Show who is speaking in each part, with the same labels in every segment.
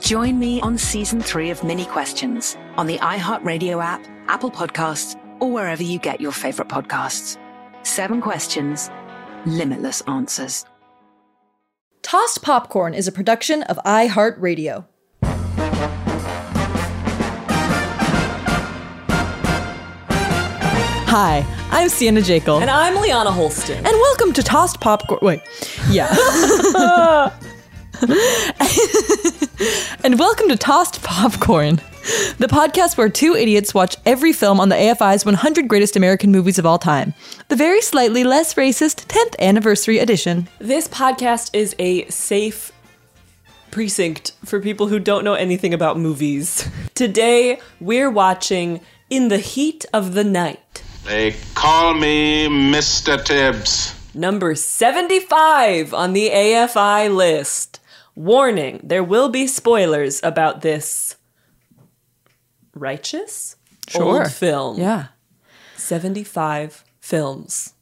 Speaker 1: Join me on season three of Mini Questions on the iHeartRadio app, Apple Podcasts, or wherever you get your favorite podcasts. Seven questions, limitless answers.
Speaker 2: Tossed Popcorn is a production of iHeartRadio.
Speaker 3: Hi, I'm Sienna Jekyll.
Speaker 4: And I'm Liana Holston.
Speaker 3: And welcome to Tossed Popcorn. Wait, yeah. and welcome to Tossed Popcorn, the podcast where two idiots watch every film on the AFI's 100 Greatest American Movies of All Time, the very slightly less racist 10th anniversary edition.
Speaker 4: This podcast is a safe precinct for people who don't know anything about movies. Today, we're watching In the Heat of the Night,
Speaker 5: They call me Mr. Tibbs.
Speaker 4: number 75 on the AFI list. Warning, there will be spoilers about this righteous old film.
Speaker 3: Yeah.
Speaker 4: 75 films.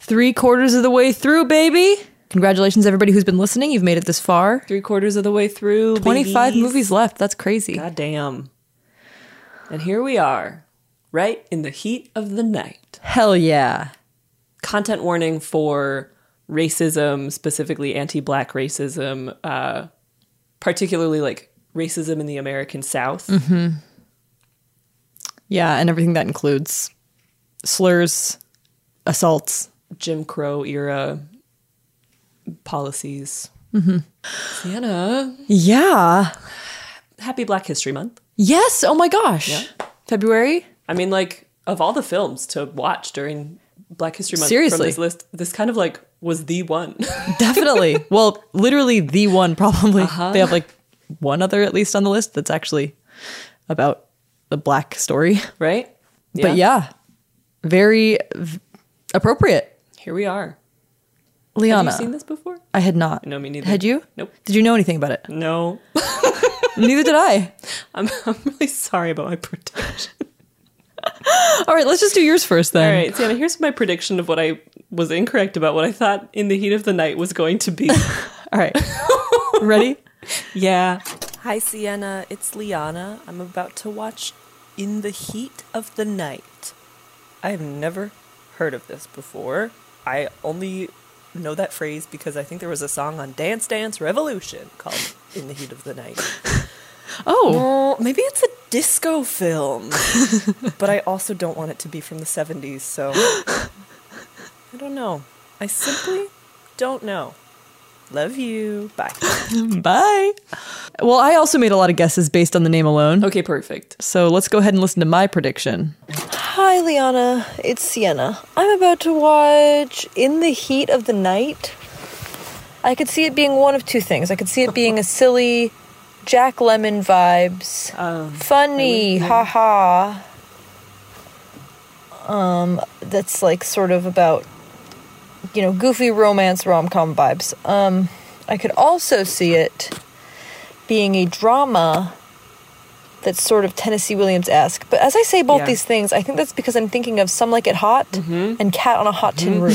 Speaker 3: Three quarters of the way through, baby. Congratulations, everybody who's been listening. You've made it this far.
Speaker 4: Three quarters of the way through.
Speaker 3: 25
Speaker 4: babies.
Speaker 3: movies left. That's crazy.
Speaker 4: God damn. And here we are, right in the heat of the night.
Speaker 3: Hell yeah.
Speaker 4: Content warning for racism, specifically anti black racism, uh, particularly like racism in the American South.
Speaker 3: Yeah, and everything that includes slurs, assaults.
Speaker 4: Jim Crow era policies. Mm-hmm. Sienna,
Speaker 3: Yeah.
Speaker 4: happy Black History Month.
Speaker 3: Yes. Oh my gosh. February.
Speaker 4: I mean, like, of all the films to watch during Black History Month from
Speaker 3: Seriously.
Speaker 4: this list, this kind of like was the one.
Speaker 3: Definitely. well, literally the one probably.
Speaker 4: Uh-huh.
Speaker 3: They have like one other at least on the list that's actually about the black story.
Speaker 4: right?
Speaker 3: But yeah, very v- appropriate.
Speaker 4: Here we are.
Speaker 3: Liana.
Speaker 4: Have you seen this before?
Speaker 3: I had not.
Speaker 4: No, me neither.
Speaker 3: Had you?
Speaker 4: Nope.
Speaker 3: Did you know anything about it?
Speaker 4: No.
Speaker 3: Neither did I.
Speaker 4: I'm, I'm really sorry about my prediction.
Speaker 3: All right, let's just do yours first
Speaker 4: All
Speaker 3: then.
Speaker 4: right, Sienna, here's my prediction of what I was incorrect about, what I thought in the heat of the night was going to be.
Speaker 3: All right. Ready?
Speaker 4: yeah. Hi, Sienna. It's Liana. I'm about to watch In the Heat of the Night. I've never heard of this before. I only know that phrase because I think there was a song on Dance Dance Revolution called In the Heat of the Night.
Speaker 3: Oh.
Speaker 4: Oh, maybe it's a disco film. but I also don't want it to be from the 70s, so I don't know. I simply don't know. Love you. Bye.
Speaker 3: Bye. Well, I also made a lot of guesses based on the name alone.
Speaker 4: Okay, perfect.
Speaker 3: So let's go ahead and listen to my prediction.
Speaker 6: Hi, Liana. It's Sienna. I'm about to watch In the Heat of the Night. I could see it being one of two things. I could see it being a silly Jack Lemon vibes, funny, haha. Um, that's like sort of about, you know, goofy romance rom com vibes. Um, I could also see it being a drama that's sort of Tennessee Williams esque. But as I say both
Speaker 4: Yeah.
Speaker 6: these things, I think that's because I'm thinking of Some Like It Hot and Cat on a Hot Tin Roof.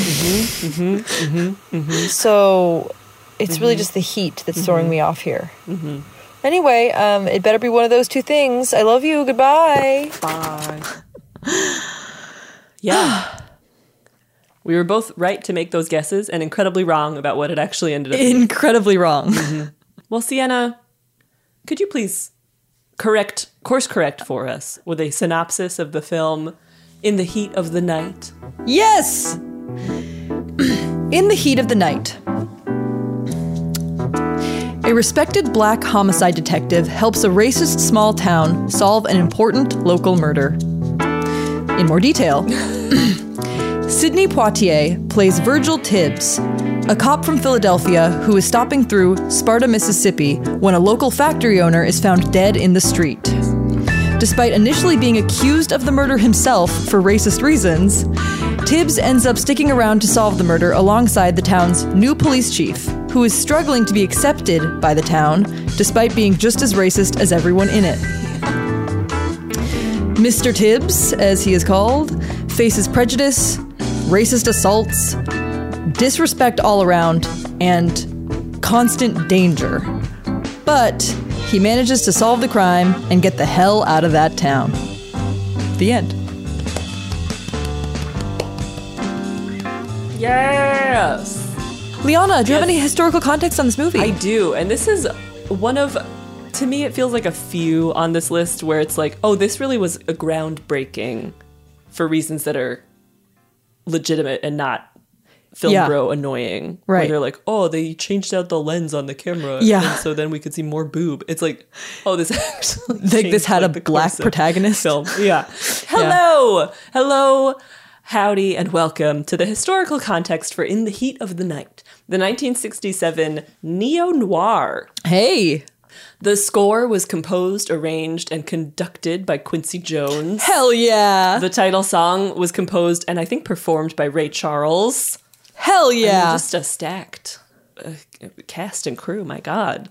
Speaker 6: So It's really just the heat that's throwing me off here. Anyway, um, it better be one of those two things. I love you. Goodbye.
Speaker 4: Yeah. we were both right to make those guesses and incredibly wrong about what it actually ended up being.
Speaker 3: Incredibly wrong.
Speaker 4: Well, Sienna, could you please correct course correct for us with a synopsis of the film In the Heat of the Night?
Speaker 3: Yes! In the heat of the night. A respected black homicide detective helps a racist small town solve an important local murder. In more detail, Sidney Poitier plays Virgil Tibbs, a cop from Philadelphia who is stopping through Sparta, Mississippi when a local factory owner is found dead in the street. Despite initially being accused of the murder himself for racist reasons, Tibbs ends up sticking around to solve the murder alongside the town's new police chief, who is struggling to be accepted by the town despite being just as racist as everyone in it. Mr. Tibbs, as he is called, faces prejudice, racist assaults, disrespect all around, and constant danger. But he manages to solve the crime and get the hell out of that town. The end.
Speaker 4: Yes.
Speaker 3: Liana, do you have
Speaker 4: Yes.
Speaker 3: any historical context on this movie?
Speaker 4: I do. And this is one of to me it feels like a few on this list where it's like, oh, this really was a groundbreaking for reasons that are legitimate and not film
Speaker 3: Yeah.
Speaker 4: bro annoying. Where
Speaker 3: Right.
Speaker 4: they're like, oh, they changed out the lens on the camera.
Speaker 3: Yeah.
Speaker 4: And so then we could see more boob. It's like, oh, this actually
Speaker 3: Like, this
Speaker 4: changed,
Speaker 3: had a
Speaker 4: the
Speaker 3: black
Speaker 4: course of
Speaker 3: protagonist?
Speaker 4: Film. Yeah. Hello. Hello. Howdy and welcome to the historical context for In the Heat of the Night, the 1967 neo noir.
Speaker 3: hey,
Speaker 4: The score was composed, arranged, and conducted by Quincy Jones.
Speaker 3: hell yeah,
Speaker 4: The title song was composed and I think performed by Ray Charles.
Speaker 3: hell
Speaker 4: I mean,
Speaker 3: yeah.
Speaker 4: just a stacked uh, cast and crew. My God,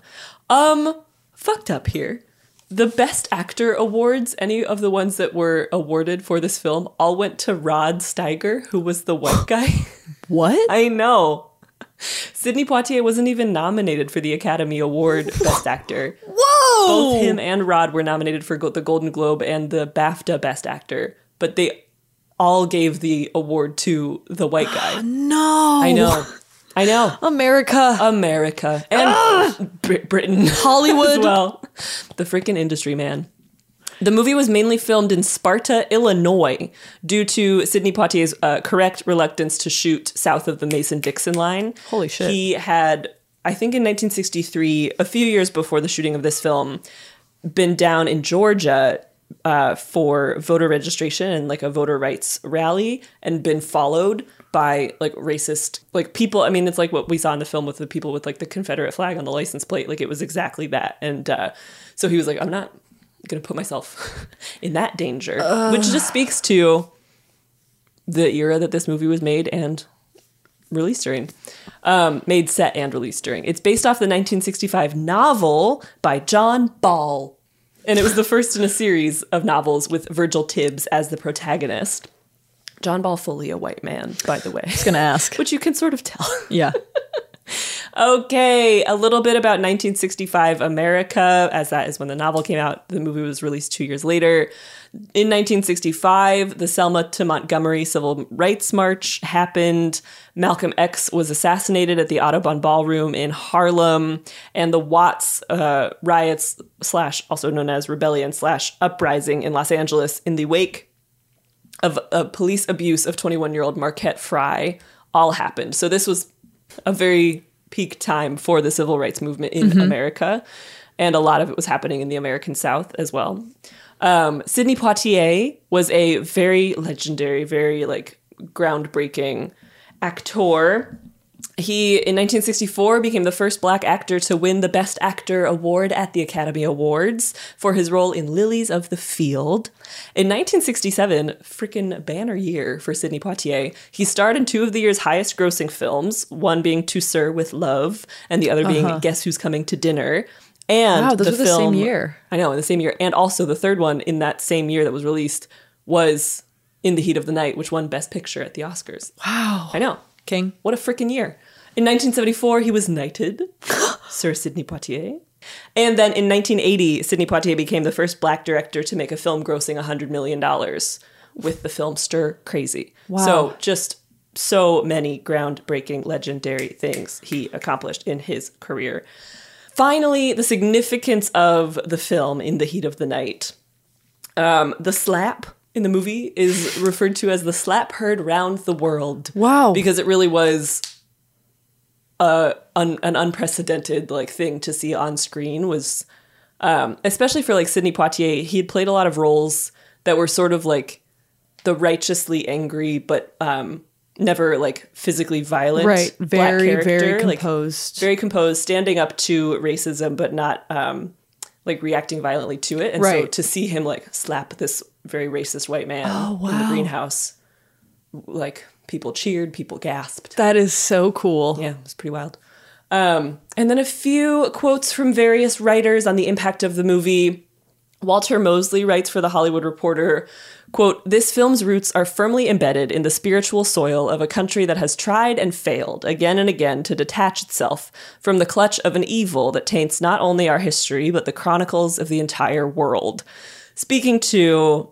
Speaker 4: um, fucked up here. The best actor awards, any of the ones that were awarded for this film, all went to Rod Steiger, who was the white guy.
Speaker 3: what?
Speaker 4: I know. Sidney Poitier wasn't even nominated for the Academy Award Best Actor.
Speaker 3: Whoa!
Speaker 4: Both him and Rod were nominated for go- the Golden Globe and the BAFTA Best Actor, but they all gave the award to the white guy.
Speaker 3: No,
Speaker 4: I know. I know.
Speaker 3: America.
Speaker 4: America and Brit- Britain,
Speaker 3: Hollywood.
Speaker 4: as well, the freaking industry, man. The movie was mainly filmed in Sparta, Illinois, due to Sidney Poitier's uh, correct reluctance to shoot south of the Mason-Dixon line.
Speaker 3: Holy shit.
Speaker 4: He had, I think, in 1963, a few years before the shooting of this film, been down in Georgia uh, for voter registration and like a voter rights rally and been followed by like racist like people i mean it's like what we saw in the film with the people with like the confederate flag on the license plate like it was exactly that and uh, so he was like i'm not gonna put myself in that danger which just speaks to the era that this movie was made and released during um, made set and released during it's based off the 1965 novel by john ball and it was the first in a series of novels with virgil tibbs as the protagonist john ball fully a white man by the way
Speaker 3: gonna ask.
Speaker 4: which you can sort of tell
Speaker 3: yeah.
Speaker 4: Okay, a little bit about 1965 America, as that is when the novel came out. The movie was released two years later. In 1965, the Selma to Montgomery Civil Rights March happened. Malcolm X was assassinated at the Audubon Ballroom in Harlem, and the Watts uh, riots slash also known as rebellion slash uprising in Los Angeles in the wake of uh, police abuse of 21 year old Marquette Fry all happened. So this was a very peak time for the civil rights movement in America. And a lot of it was happening in the American South as well. Um, Sidney Poitier was a very legendary, very like groundbreaking actor. He, in 1964, became the first black actor to win the Best Actor award at the Academy Awards for his role in Lilies of the Field. In 1967, frickin' banner year for Sidney Poitier, he starred in two of the year's highest grossing films, one being To Sir with Love, and the other being Guess Who's Coming to Dinner. And
Speaker 3: Uh-huh. Wow, those
Speaker 4: the
Speaker 3: were the same
Speaker 4: film,
Speaker 3: year.
Speaker 4: I know, in the same year. And also the third one in that same year that was released was In the Heat of the Night, which won Best Picture at the Oscars. Wow. I know.
Speaker 3: King.
Speaker 4: What a freaking year. In 1974, he was knighted, Sir Sidney Poitier. And then in 1980, Sidney Poitier became the first black director to make a film grossing $100 million with the film Stir Crazy. So, just so many groundbreaking, legendary things he accomplished in his career. Finally, the significance of the film in the heat of the night. Um, the slap in the movie is referred to as the slap heard round the world.
Speaker 3: Wow.
Speaker 4: Because it really was uh, un- an unprecedented like thing to see on screen was um, especially for like Sidney Poitier he had played a lot of roles that were sort of like the righteously angry but um, never like physically violent
Speaker 3: Right.
Speaker 4: black
Speaker 3: Very, very
Speaker 4: character, like,
Speaker 3: composed.
Speaker 4: very composed standing up to racism but not um, like reacting violently to it and so
Speaker 3: Right.
Speaker 4: to see him like slap this very racist white man
Speaker 3: Oh,
Speaker 4: in the greenhouse like people cheered people gasped
Speaker 3: That is so cool.
Speaker 4: yeah, it was pretty wild. Um, and then a few quotes from various writers on the impact of the movie. Walter Mosley writes for The Hollywood Reporter, quote, This film's roots are firmly embedded in the spiritual soil of a country that has tried and failed again and again to detach itself from the clutch of an evil that taints not only our history, but the chronicles of the entire world. Speaking to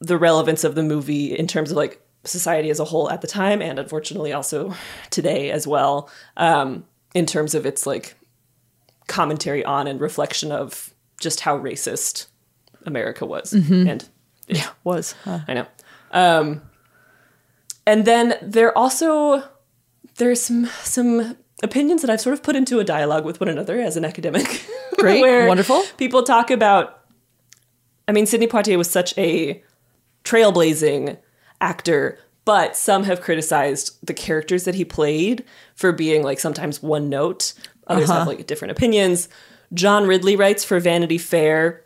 Speaker 4: the relevance of the movie in terms of like society as a whole at the time and unfortunately also today as well um, in terms of its like commentary on and reflection of just how racist america was and yeah
Speaker 3: Was. Mm-hmm. huh.
Speaker 4: i know um, and then there also there's some some opinions that i've sort of put into a dialogue with one another as an academic
Speaker 3: Great.
Speaker 4: where
Speaker 3: Wonderful.
Speaker 4: people talk about i mean sidney poitier was such a trailblazing actor but some have criticized the characters that he played for being like sometimes one note others
Speaker 3: Uh-huh.
Speaker 4: have like different opinions john ridley writes for vanity fair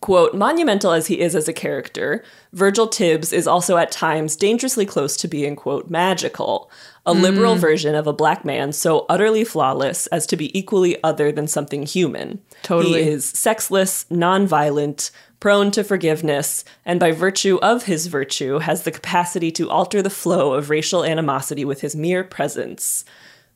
Speaker 4: quote monumental as he is as a character virgil tibbs is also at times dangerously close to being quote magical a liberal version of a black man so utterly flawless as to be equally other than something human
Speaker 3: Totally.
Speaker 4: he is sexless nonviolent prone to forgiveness and by virtue of his virtue has the capacity to alter the flow of racial animosity with his mere presence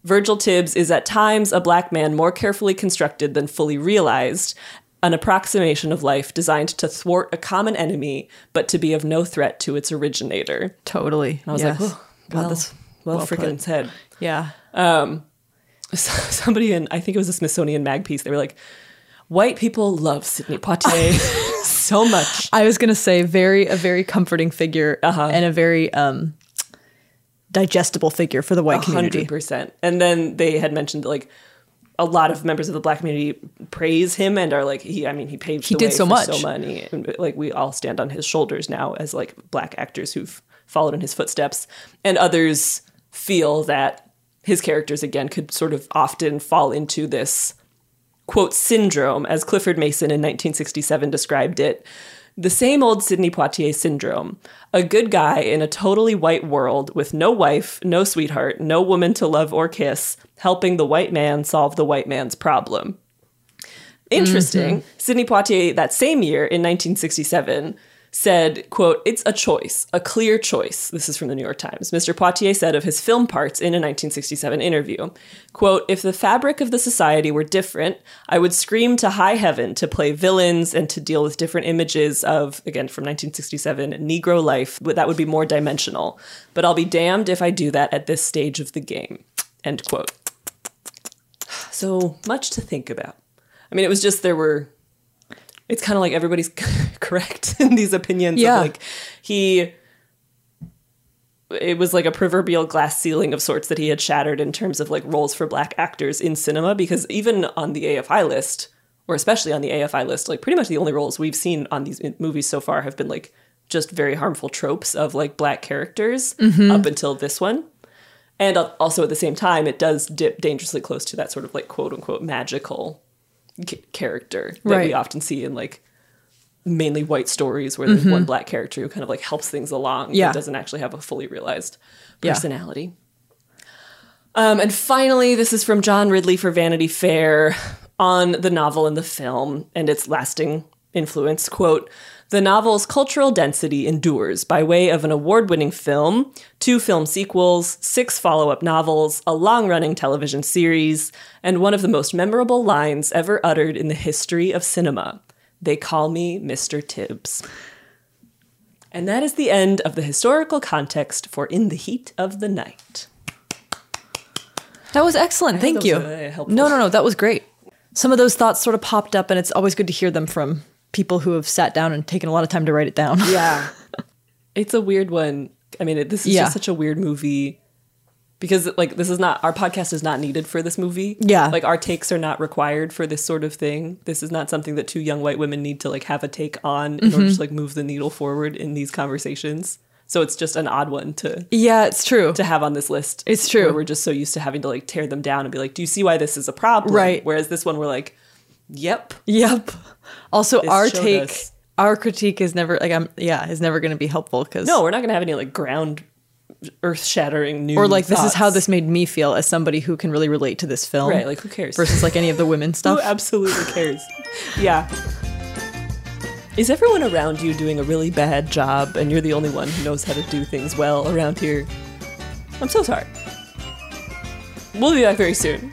Speaker 4: Virgil Tibbs is at times a black man more carefully constructed than fully realized, an approximation of life designed to thwart a common enemy, but to be of no threat to its originator.
Speaker 3: Totally.
Speaker 4: I was
Speaker 3: yes.
Speaker 4: like, oh, God,
Speaker 3: Well-
Speaker 4: that's well,
Speaker 3: well
Speaker 4: freaking
Speaker 3: put.
Speaker 4: said.
Speaker 3: Yeah.
Speaker 4: Somebody in, I think it was a Smithsonian mag piece, they were like, white people love Sidney Poitier so much.
Speaker 3: I was gonna say very a very comforting figure
Speaker 4: Uh-huh.
Speaker 3: and a very um digestible figure for the white community.
Speaker 4: hundred percent. And then they had mentioned like a lot of members of the black community praise him and are like, he. I mean, he paved.
Speaker 3: He
Speaker 4: the
Speaker 3: did
Speaker 4: way
Speaker 3: so
Speaker 4: for
Speaker 3: much.
Speaker 4: so many. And, like we all stand on his shoulders now as like black actors who've followed in his footsteps, and others feel that his characters again could sort of often fall into this quote syndrome as Clifford Mason in 1967 described it. The same old Sidney Poitier syndrome. A good guy in a totally white world with no wife, no sweetheart, no woman to love or kiss, helping the white man solve the white man's problem. Interesting. Sidney Poitier that same year in 1967 said, quote, "It's a choice, a clear choice." This is from the New York Times. Mr. Poitier said of his film parts in a 1967 interview, quote, "If the fabric of the society were different, I would scream to high heaven to play villains and to deal with different images of again from 1967 Negro life, but that would be more dimensional. But I'll be damned if I do that at this stage of the game." End quote. So much to think about. I mean, it was just there were. It's kind of like everybody's correct in these opinions.
Speaker 3: Yeah.
Speaker 4: Of like he. It was like a proverbial glass ceiling of sorts that he had shattered in terms of like roles for black actors in cinema because even on the AFI list, or especially on the AFI list, like pretty much the only roles we've seen on these in- movies so far have been like just very harmful tropes of like black characters up until this one. And al- also at the same time, it does dip dangerously close to that sort of like quote unquote magical c- character that we
Speaker 3: Right.
Speaker 4: often see in like mainly white stories where there's one black character who kind of like helps things along
Speaker 3: Mm-hmm. Yeah.
Speaker 4: but doesn't actually have a fully realized
Speaker 3: Yeah.
Speaker 4: personality. Um, and finally, this is from John Ridley for Vanity Fair on the novel and the film and its lasting influence, quote, the novel's cultural density endures by way of an award winning film, two film sequels, six follow up novels, a long running television series, and one of the most memorable lines ever uttered in the history of cinema. They call me Mr. Tibbs. And that is the end of the historical context for In the Heat of the Night.
Speaker 3: That was excellent. Thank
Speaker 4: that
Speaker 3: you.
Speaker 4: was really helpful.
Speaker 3: no, no, no. That was great. Some of those thoughts sort of popped up, and it's always good to hear them from people who have sat down and taken a lot of time to write it down.
Speaker 4: Yeah. it's a weird one. I mean, it, this is
Speaker 3: Yeah.
Speaker 4: just such a weird movie because like this is not our podcast is not needed for this movie.
Speaker 3: Yeah.
Speaker 4: Like our takes are not required for this sort of thing. This is not something that two young white women need to like have a take on in order to
Speaker 3: Mm-hmm.
Speaker 4: like move the needle forward in these conversations. So it's just an odd one to
Speaker 3: yeah, it's true.
Speaker 4: to have on this list.
Speaker 3: It's true.
Speaker 4: Where we're just so used to having to like tear them down and be like, "Do you see why this is a problem?"
Speaker 3: Right.
Speaker 4: Whereas this one we're like, "Yep,
Speaker 3: Yep. Also, our
Speaker 4: showed
Speaker 3: take,
Speaker 4: us-
Speaker 3: our critique is never like I'm. Yeah, is never going to be helpful because
Speaker 4: no, we're not going to have any like ground earth shattering news
Speaker 3: or like this is how
Speaker 4: thoughts."
Speaker 3: this made me feel as somebody who can really relate to this film.
Speaker 4: Right, like, who cares?
Speaker 3: Versus like any of the women stuff.
Speaker 4: Who absolutely cares? yeah. Is everyone around you doing a really bad job and you're the only one who knows how to do things well around here? I'm so sorry. We'll be back very soon.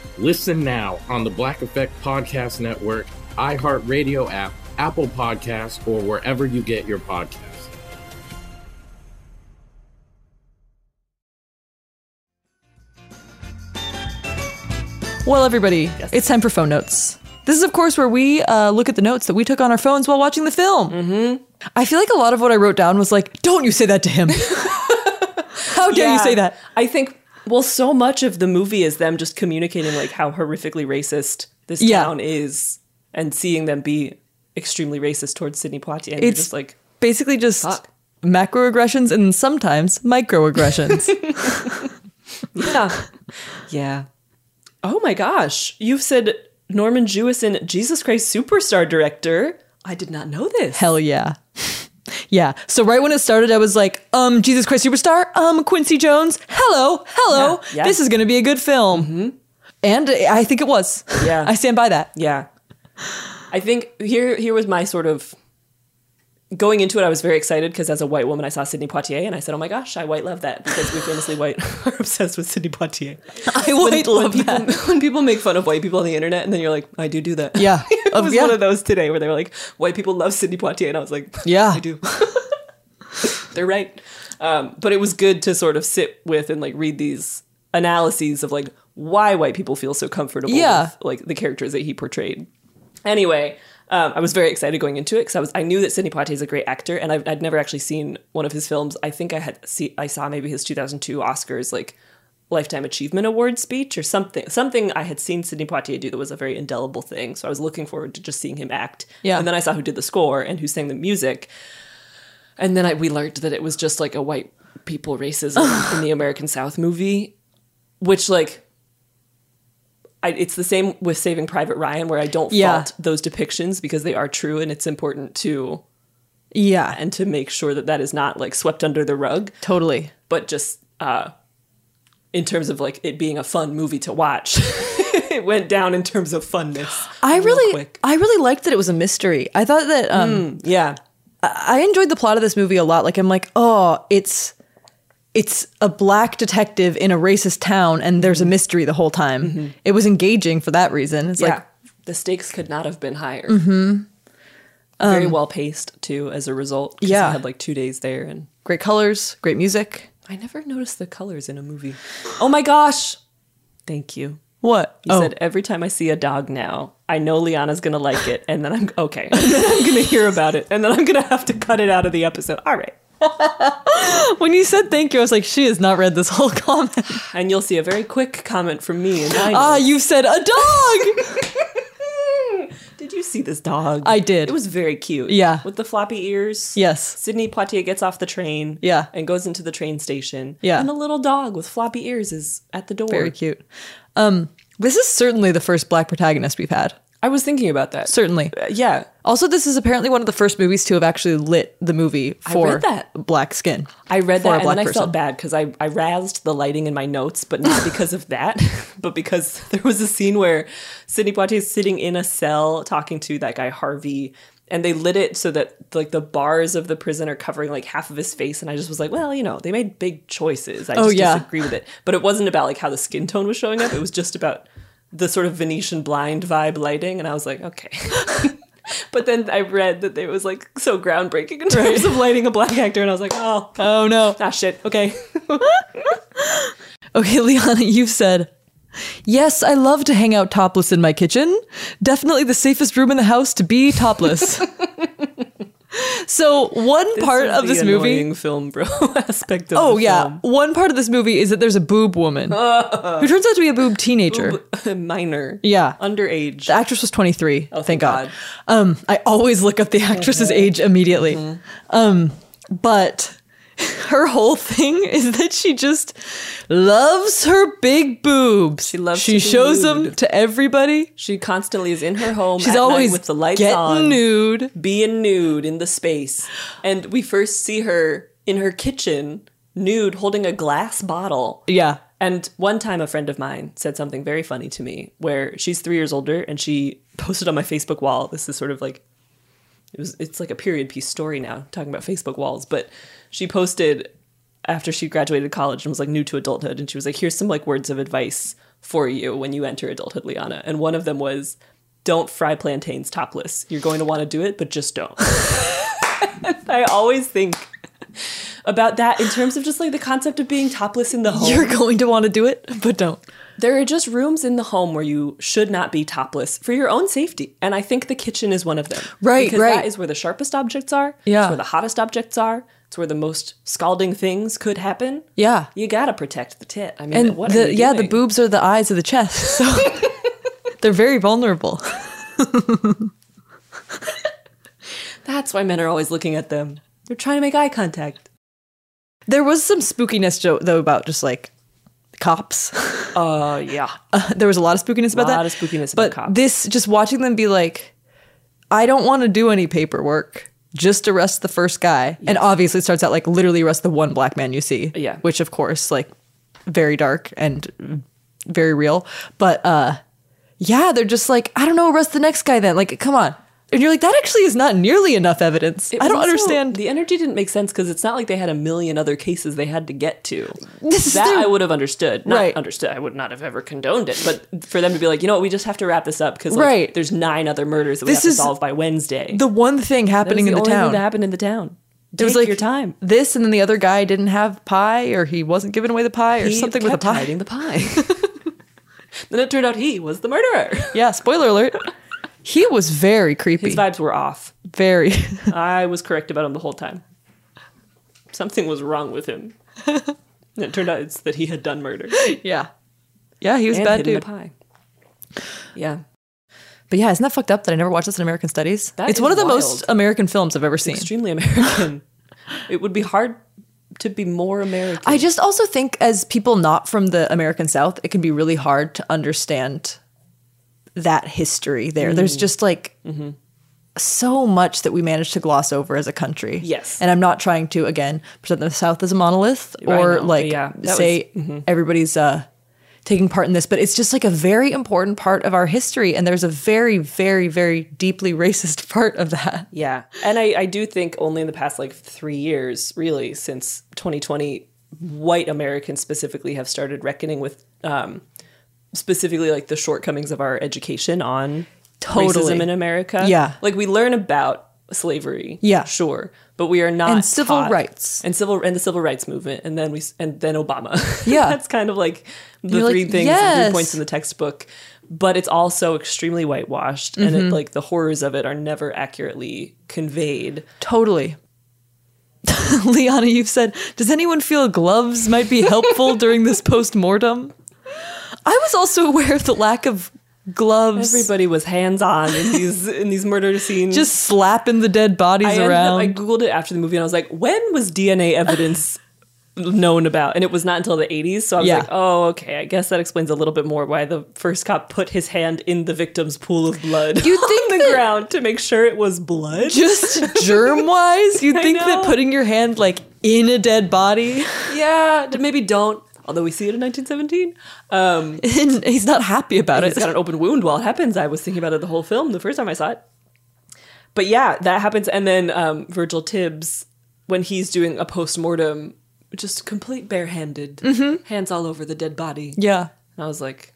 Speaker 5: Listen now on the Black Effect Podcast Network, iHeartRadio app, Apple Podcasts, or wherever you get your podcasts.
Speaker 3: Well, everybody, it's time for phone notes. This is, of course, where we uh, look at the notes that we took on our phones while watching the film. Mm-hmm. I feel like a lot of what I wrote down was like, "Don't you say that to him."
Speaker 4: How
Speaker 3: dare you say that?
Speaker 4: I think, well, so much of the movie is them just communicating like how horrifically racist this
Speaker 3: Yeah.
Speaker 4: town is and seeing them be extremely racist towards Sidney Poitier. And you're
Speaker 3: It's
Speaker 4: just like,
Speaker 3: basically just macroaggressions and sometimes microaggressions.
Speaker 4: yeah. yeah. Oh my gosh. You've said Norman Jewison, Jesus Christ Superstar director. I did not know this.
Speaker 3: Hell yeah. Yeah. So right when it started, I was like, um, Jesus Christ Superstar, um, Quincy Jones, hello, hello.
Speaker 4: Yeah, yeah.
Speaker 3: This is going to be a good film. And I think it was.
Speaker 4: Yeah.
Speaker 3: I stand by that.
Speaker 4: Yeah. I think here here was my sort of going into it I was very excited because as a white woman I saw Sidney Poitier and I said, "Oh my gosh, I white love that because we famously white are obsessed with Sidney Poitier." I
Speaker 3: white
Speaker 4: love people, that. When people make fun of white people on the internet and then you're like, "I do do that."
Speaker 3: Yeah.
Speaker 4: it
Speaker 3: Of-
Speaker 4: was
Speaker 3: yeah.
Speaker 4: one of those today where they were like, "White people love Sidney Poitier." And I was like,
Speaker 3: Yeah.
Speaker 4: I do." They're right. Um, but it was good to sort of sit with and like read these analyses of like why white people feel so comfortable
Speaker 3: Yeah.
Speaker 4: with like the characters that he portrayed. Anyway, um, I was very excited going into it because I was I knew that Sidney Poitier is a great actor, and I've, I'd never actually seen one of his films. I think I had see I saw maybe his 2002 Oscars like lifetime achievement award speech or something something I had seen Sidney Poitier do that was a very indelible thing. So I was looking forward to just seeing him act.
Speaker 3: Yeah.
Speaker 4: and then I saw who did the score and who sang the music, and then I, we learned that it was just like a white people racism in the American South movie, which like I, it's the same with Saving Private Ryan, where I don't
Speaker 3: Yeah.
Speaker 4: fault those depictions because they are true and it's important to
Speaker 3: Yeah.
Speaker 4: and to make sure that that is not like swept under the rug.
Speaker 3: Totally.
Speaker 4: But just uh, in terms of like it being a fun movie to watch, it went down in terms of funness.
Speaker 3: I really, I really liked that it was a mystery. I thought that,
Speaker 4: Mm.
Speaker 3: um,
Speaker 4: yeah,
Speaker 3: I, I enjoyed the plot of this movie a lot. Like, I'm like, oh, it's, it's a black detective in a racist town, and
Speaker 4: Mm-hmm.
Speaker 3: there's a mystery the whole time. It was engaging for that reason. It's
Speaker 4: yeah,
Speaker 3: like,
Speaker 4: the stakes could not have been higher.
Speaker 3: Mhm.
Speaker 4: Very
Speaker 3: Um,
Speaker 4: well paced too, as a result. 'cause
Speaker 3: Yeah.
Speaker 4: I had like two days there, and
Speaker 3: great colors, great music.
Speaker 4: I never noticed the colors in a movie. Oh my gosh! Thank you.
Speaker 3: What? Oh.
Speaker 4: You said every time I see a dog now, I know Liana's gonna like it, and then I'm okay. And then I'm gonna hear about it, and then I'm gonna have to cut it out of the episode. All right.
Speaker 3: when you said thank you, I was like, she has not read this whole comment.
Speaker 4: And you'll see a very quick comment from me. And I
Speaker 3: Ah, you said a dog.
Speaker 4: "Mm, did you see this dog?
Speaker 3: I did.
Speaker 4: It was very cute.
Speaker 3: Yeah.
Speaker 4: with the floppy ears.
Speaker 3: Yes.
Speaker 4: Sydney Poitier gets off the train.
Speaker 3: Yeah.
Speaker 4: and goes into the train station.
Speaker 3: Yeah.
Speaker 4: and a little dog with floppy ears is at the door.
Speaker 3: Very cute. Um, this is certainly the first black protagonist we've had.
Speaker 4: I was thinking about that.
Speaker 3: Certainly.
Speaker 4: yeah.
Speaker 3: Also, this is apparently one of the first movies to have actually lit the movie
Speaker 4: I
Speaker 3: for
Speaker 4: read that.
Speaker 3: black skin.
Speaker 4: I read
Speaker 3: for a
Speaker 4: that and
Speaker 3: black
Speaker 4: then I
Speaker 3: person.
Speaker 4: felt bad because I, I razzed the lighting in my notes, but not because of that, but because there was a scene where Sidney Poitier is sitting in a cell talking to that guy Harvey, and they lit it so that like the bars of the prison are covering like half of his face, and I just was like, well, you know, they made big choices. I
Speaker 3: Oh,
Speaker 4: just
Speaker 3: yeah.
Speaker 4: disagree with it, but it wasn't about like how the skin tone was showing up. It was just about the sort of Venetian blind vibe lighting, and I was like, okay. But then I read that it was like so groundbreaking in terms of lighting a black actor, and I was like, oh,
Speaker 3: oh no,
Speaker 4: ah shit, okay.
Speaker 3: Okay, Liana, you've said, Yes, I love to hang out topless in my kitchen. Definitely the safest room in the house to be topless. so, one part
Speaker 4: is
Speaker 3: of this
Speaker 4: the
Speaker 3: movie.
Speaker 4: annoying film bro aspect of
Speaker 3: Oh,
Speaker 4: the
Speaker 3: yeah.
Speaker 4: film.
Speaker 3: One part of this movie is that there's a boob woman who turns out to be a boob teenager.
Speaker 4: minor,
Speaker 3: Yeah.
Speaker 4: underage.
Speaker 3: The actress was 23. Oh, thank God. Um, I always look up the
Speaker 4: Mm-hmm.
Speaker 3: actress's age immediately. Um, but her whole thing is that she just loves her big boobs. She loves. She
Speaker 4: to be
Speaker 3: shows them to everybody.
Speaker 4: She constantly is in her home.
Speaker 3: She's
Speaker 4: at night
Speaker 3: always
Speaker 4: with the lights
Speaker 3: getting
Speaker 4: on,
Speaker 3: nude,
Speaker 4: being nude in the space, and we first see her in her kitchen, nude, holding a glass bottle.
Speaker 3: Yeah.
Speaker 4: And one time, a friend of mine said something very funny to me, where she's three years older, and she posted on my Facebook wall. This is sort of like it was it's like a period piece story now talking about facebook walls but she posted after she graduated college and was like new to adulthood and she was like here's some like words of advice for you when you enter adulthood liana and one of them was don't fry plantains topless. You're going to want to do it, but just don't. I always think about that in terms of just like the concept of being topless in the home.
Speaker 3: You're going to want to do it, but don't.
Speaker 4: There are just rooms in the home where you should not be topless for your own safety. And I think the kitchen is one of them.
Speaker 3: Right,
Speaker 4: Because
Speaker 3: right.
Speaker 4: that is where the sharpest objects are.
Speaker 3: Yeah.
Speaker 4: It's where the hottest objects are. It's where the most scalding things could happen.
Speaker 3: Yeah.
Speaker 4: You gotta protect the tit. I mean,
Speaker 3: and
Speaker 4: what
Speaker 3: the
Speaker 4: are you
Speaker 3: yeah,
Speaker 4: doing?
Speaker 3: the boobs are the eyes of the chest. So they're very vulnerable.
Speaker 4: That's why men are always looking at them. They're trying to make eye contact.
Speaker 3: There was some spookiness jo- though about just like cops.
Speaker 4: Uh yeah.
Speaker 3: there was a lot of spookiness about that.
Speaker 4: Lot of spookiness
Speaker 3: but This just watching them be like, I don't want to do any paperwork. Just arrest the first guy. And obviously it starts out like literally arrest the one black man you see.
Speaker 4: Yeah.
Speaker 3: Which of course, like very dark and very real. But uh yeah, they're just like, I don't know, arrest the next guy then. Like, come on. And you're like, that actually is not nearly enough evidence.
Speaker 4: It
Speaker 3: I
Speaker 4: was
Speaker 3: don't
Speaker 4: also-
Speaker 3: understand.
Speaker 4: The energy didn't make sense because it's not like they had a million other cases they had to get to.
Speaker 3: This is
Speaker 4: that
Speaker 3: their-
Speaker 4: I would have understood. Not
Speaker 3: Right.
Speaker 4: understood. I would not have ever condoned it. But for them to be like, you know what, we just have to wrap this up because like,
Speaker 3: Right.
Speaker 4: there's nine other murders that we
Speaker 3: This
Speaker 4: have to
Speaker 3: is
Speaker 4: solve by Wednesday.
Speaker 3: The one thing happening
Speaker 4: the
Speaker 3: in the
Speaker 4: only thing
Speaker 3: town.
Speaker 4: that happened in the town.
Speaker 3: It was
Speaker 4: Take
Speaker 3: like
Speaker 4: your time.
Speaker 3: This and then the other guy didn't have pie, or he wasn't giving away the pie, or
Speaker 4: He
Speaker 3: something with a
Speaker 4: kept
Speaker 3: pie.
Speaker 4: hiding the pie. then it turned out he was the murderer.
Speaker 3: yeah. Spoiler alert. He was very creepy.
Speaker 4: His vibes were off.
Speaker 3: Very.
Speaker 4: I was correct about him the whole time. Something was wrong with him. and it turned out it's that he had done murder.
Speaker 3: yeah. Yeah, he was a
Speaker 4: and
Speaker 3: bad
Speaker 4: hidden
Speaker 3: dude.
Speaker 4: A pie. Yeah.
Speaker 3: But yeah, isn't that fucked up that I never watched this in American Studies?
Speaker 4: That
Speaker 3: it's
Speaker 4: is
Speaker 3: one of the most
Speaker 4: wild.
Speaker 3: American films I've ever seen.
Speaker 4: Extremely American. it would be hard to be more American.
Speaker 3: I just also think as people not from the American South, it can be really hard to understand that history there. There's
Speaker 4: Mm.
Speaker 3: just like so much that we managed to gloss over as a country.
Speaker 4: Yes.
Speaker 3: And I'm not trying to again present the South as a monolith
Speaker 4: I
Speaker 3: or
Speaker 4: know,
Speaker 3: like
Speaker 4: yeah, that
Speaker 3: say
Speaker 4: was- mhm.
Speaker 3: everybody's uh taking part in this, but it's just like a very important part of our history and there's a very very very deeply racist part of that.
Speaker 4: Yeah. And I, I do think only in the past like three years, really, since 2020, white Americans specifically have started reckoning with um, specifically like the shortcomings of our education on
Speaker 3: Totally.
Speaker 4: racism in America.
Speaker 3: Yeah.
Speaker 4: Like we learn about slavery.
Speaker 3: Yeah.
Speaker 4: Sure. But we are not
Speaker 3: And civil
Speaker 4: taught-
Speaker 3: rights.
Speaker 4: and civil and the civil rights movement and then we s- and then Obama.
Speaker 3: Yeah.
Speaker 4: That's kind of like the
Speaker 3: You're like,
Speaker 4: three things, the
Speaker 3: yes.
Speaker 4: three points in the textbook, but it's also extremely whitewashed and it
Speaker 3: Mhm.
Speaker 4: like the horrors of it are never accurately conveyed.
Speaker 3: Totally. Liana, you've said, does anyone feel gloves might be helpful during this post mortem? I was also aware of the lack of gloves.
Speaker 4: Everybody was hands on in these in these murder scenes.
Speaker 3: Just slapping the dead bodies
Speaker 4: I, ended up-
Speaker 3: around.
Speaker 4: I googled it after the movie and I was like, when was DNA evidence known about? And it was not until the 80s, so I was
Speaker 3: Yeah.
Speaker 4: like, oh, okay, I guess that explains a little bit more why the first cop put his hand in the victim's pool of blood
Speaker 3: You
Speaker 4: on the ground to make sure it was blood.
Speaker 3: Just germ wise, you'd
Speaker 4: I
Speaker 3: think that
Speaker 4: know.
Speaker 3: putting your hand like in a dead body,
Speaker 4: yeah, d- maybe don't. Although we see it in 1917, um,
Speaker 3: and he's not happy about it.
Speaker 4: He's got an open wound while it happens. I was thinking about it the whole film the first time I saw it. But yeah, that happens, and then um, Virgil Tibbs when he's doing a post mortem, just complete barehanded,
Speaker 3: Mm-hmm.
Speaker 4: hands all over the dead body.
Speaker 3: Yeah.
Speaker 4: and I was like,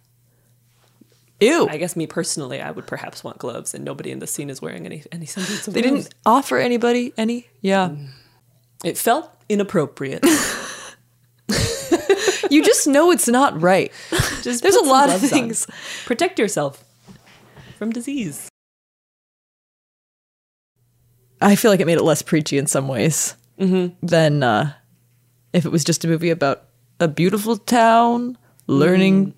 Speaker 3: "Ew."
Speaker 4: I guess me personally, I would perhaps want gloves, and nobody in the scene is wearing any any semblance of
Speaker 3: They
Speaker 4: gloves.
Speaker 3: didn't offer anybody any. Yeah.
Speaker 4: Mm. It felt inappropriate.
Speaker 3: you just know it's not right.
Speaker 4: Just
Speaker 3: There's
Speaker 4: put
Speaker 3: a
Speaker 4: some
Speaker 3: lot of
Speaker 4: gloves on.
Speaker 3: things.
Speaker 4: Protect yourself from disease.
Speaker 3: I feel like it made it less preachy in some ways
Speaker 4: Mhm.
Speaker 3: than uh, if it was just a movie about a beautiful town learning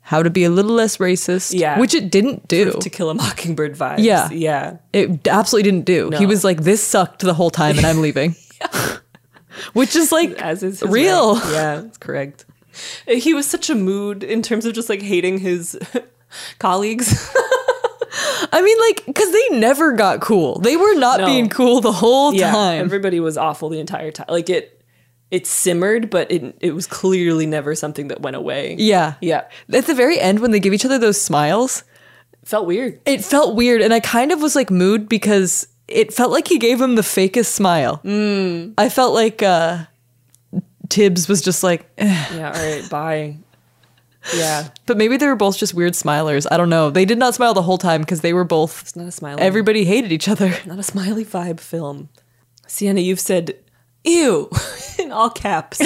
Speaker 3: how to be a little less racist.
Speaker 4: Mm. Yeah.
Speaker 3: which it didn't do.
Speaker 4: Sort of To Kill a Mockingbird vibes.
Speaker 3: Yeah.
Speaker 4: yeah.
Speaker 3: It absolutely didn't do. He
Speaker 4: No.
Speaker 3: was like, "This sucked the whole time, and I'm leaving," which is like
Speaker 4: as is his
Speaker 3: real.
Speaker 4: right. Yeah, that's correct. He was such a mood in terms of just like hating his colleagues.
Speaker 3: I mean, like, because they never got cool. They were not
Speaker 4: No.
Speaker 3: being cool the whole
Speaker 4: yeah,
Speaker 3: time.
Speaker 4: everybody was awful the entire time. Like it, it simmered, but it it was clearly never something that went away.
Speaker 3: Yeah.
Speaker 4: yeah,
Speaker 3: At the very end, when they give each other those smiles,
Speaker 4: felt weird.
Speaker 3: It felt weird. And I kind of was like mood because it felt like he gave him the fakest smile.
Speaker 4: Mm.
Speaker 3: I felt like uh, Tibbs was just like, "Eh,
Speaker 4: yeah. All right, bye.
Speaker 3: Yeah. But maybe they were both just weird smilers. I don't know. They did not smile the whole time because they were both. It's
Speaker 4: not a smile.
Speaker 3: Everybody hated each other.
Speaker 4: Not a smiley vibe film. Sienna, you've said ew in all caps.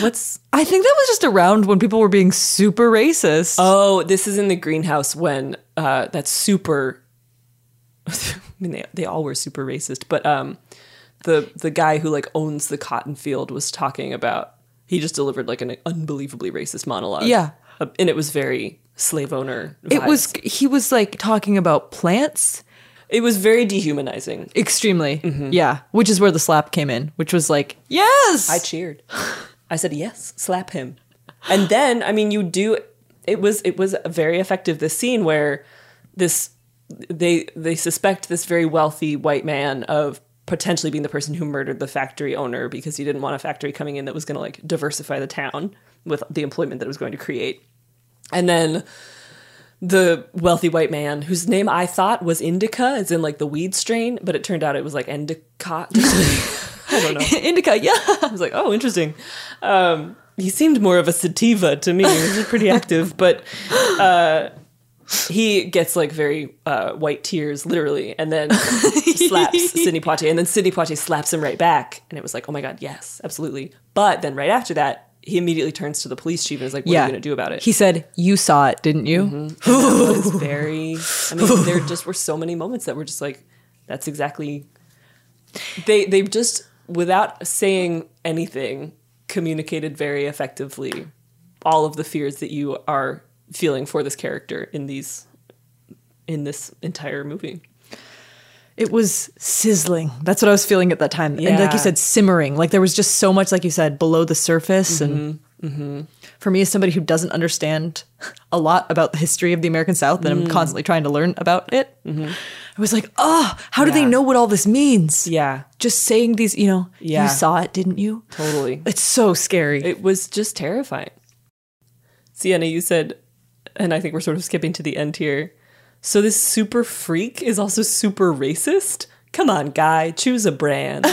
Speaker 4: What's
Speaker 3: I think that was just around when people were being super racist.
Speaker 4: Oh, this is in the greenhouse when uh, that super. I mean, they, they all were super racist, but um, the the guy who like owns the cotton field was talking about. He just delivered like an unbelievably racist monologue.
Speaker 3: Yeah.
Speaker 4: Uh, and it was very slave owner.
Speaker 3: It
Speaker 4: vibes.
Speaker 3: was he was like talking about plants.
Speaker 4: It was very dehumanizing.
Speaker 3: Extremely.
Speaker 4: Mm-hmm.
Speaker 3: Yeah, which is where the slap came in, which was like, "Yes!"
Speaker 4: I cheered. I said, "Yes, slap him." And then, I mean, you do it was it was very effective this scene where this they they suspect this very wealthy white man of potentially being the person who murdered the factory owner because he didn't want a factory coming in that was going to like diversify the town with the employment that it was going to create. And then the wealthy white man whose name I thought was indica, as in like the weed strain, but it turned out it was like endicott. I don't know.
Speaker 3: indica, yeah.
Speaker 4: I was like, oh, interesting. Um, he seemed more of a sativa to me. He was pretty active, but uh, he gets like very uh, white tears, literally, and then slaps Sidney Poitier, and then Sidney Poitier slaps him right back, and it was like, oh my god, yes, absolutely. But then right after that, he immediately turns to the police chief and is like, what
Speaker 3: yeah.
Speaker 4: are you going to do about it? Mm-hmm.
Speaker 3: He said, "You saw it, didn't you?"
Speaker 4: It was very. I mean, there just were so many moments that were just like, that's exactly. They they just without saying anything communicated very effectively all of the fears that you are feeling for this character in these in this entire movie.
Speaker 3: It was sizzling. That's what I was feeling at that time. And like
Speaker 4: Yeah.
Speaker 3: you said, simmering. Like there was just so much, like you said, below the surface. And
Speaker 4: Mm-hmm.
Speaker 3: for me, as somebody who doesn't understand a lot about the history of the American South, and I'm
Speaker 4: Mm. Mm-hmm.
Speaker 3: constantly trying to learn about it, I was like, oh, how do they
Speaker 4: Yeah.
Speaker 3: know what all this means?
Speaker 4: Yeah.
Speaker 3: Just saying these, you know,
Speaker 4: Yeah.
Speaker 3: you saw it, didn't you?
Speaker 4: Totally.
Speaker 3: It's so scary.
Speaker 4: It was just terrifying. Sienna, you said, and I think we're sort of skipping to the end here. So this super freak is also super racist. Come on, guy, choose a brand.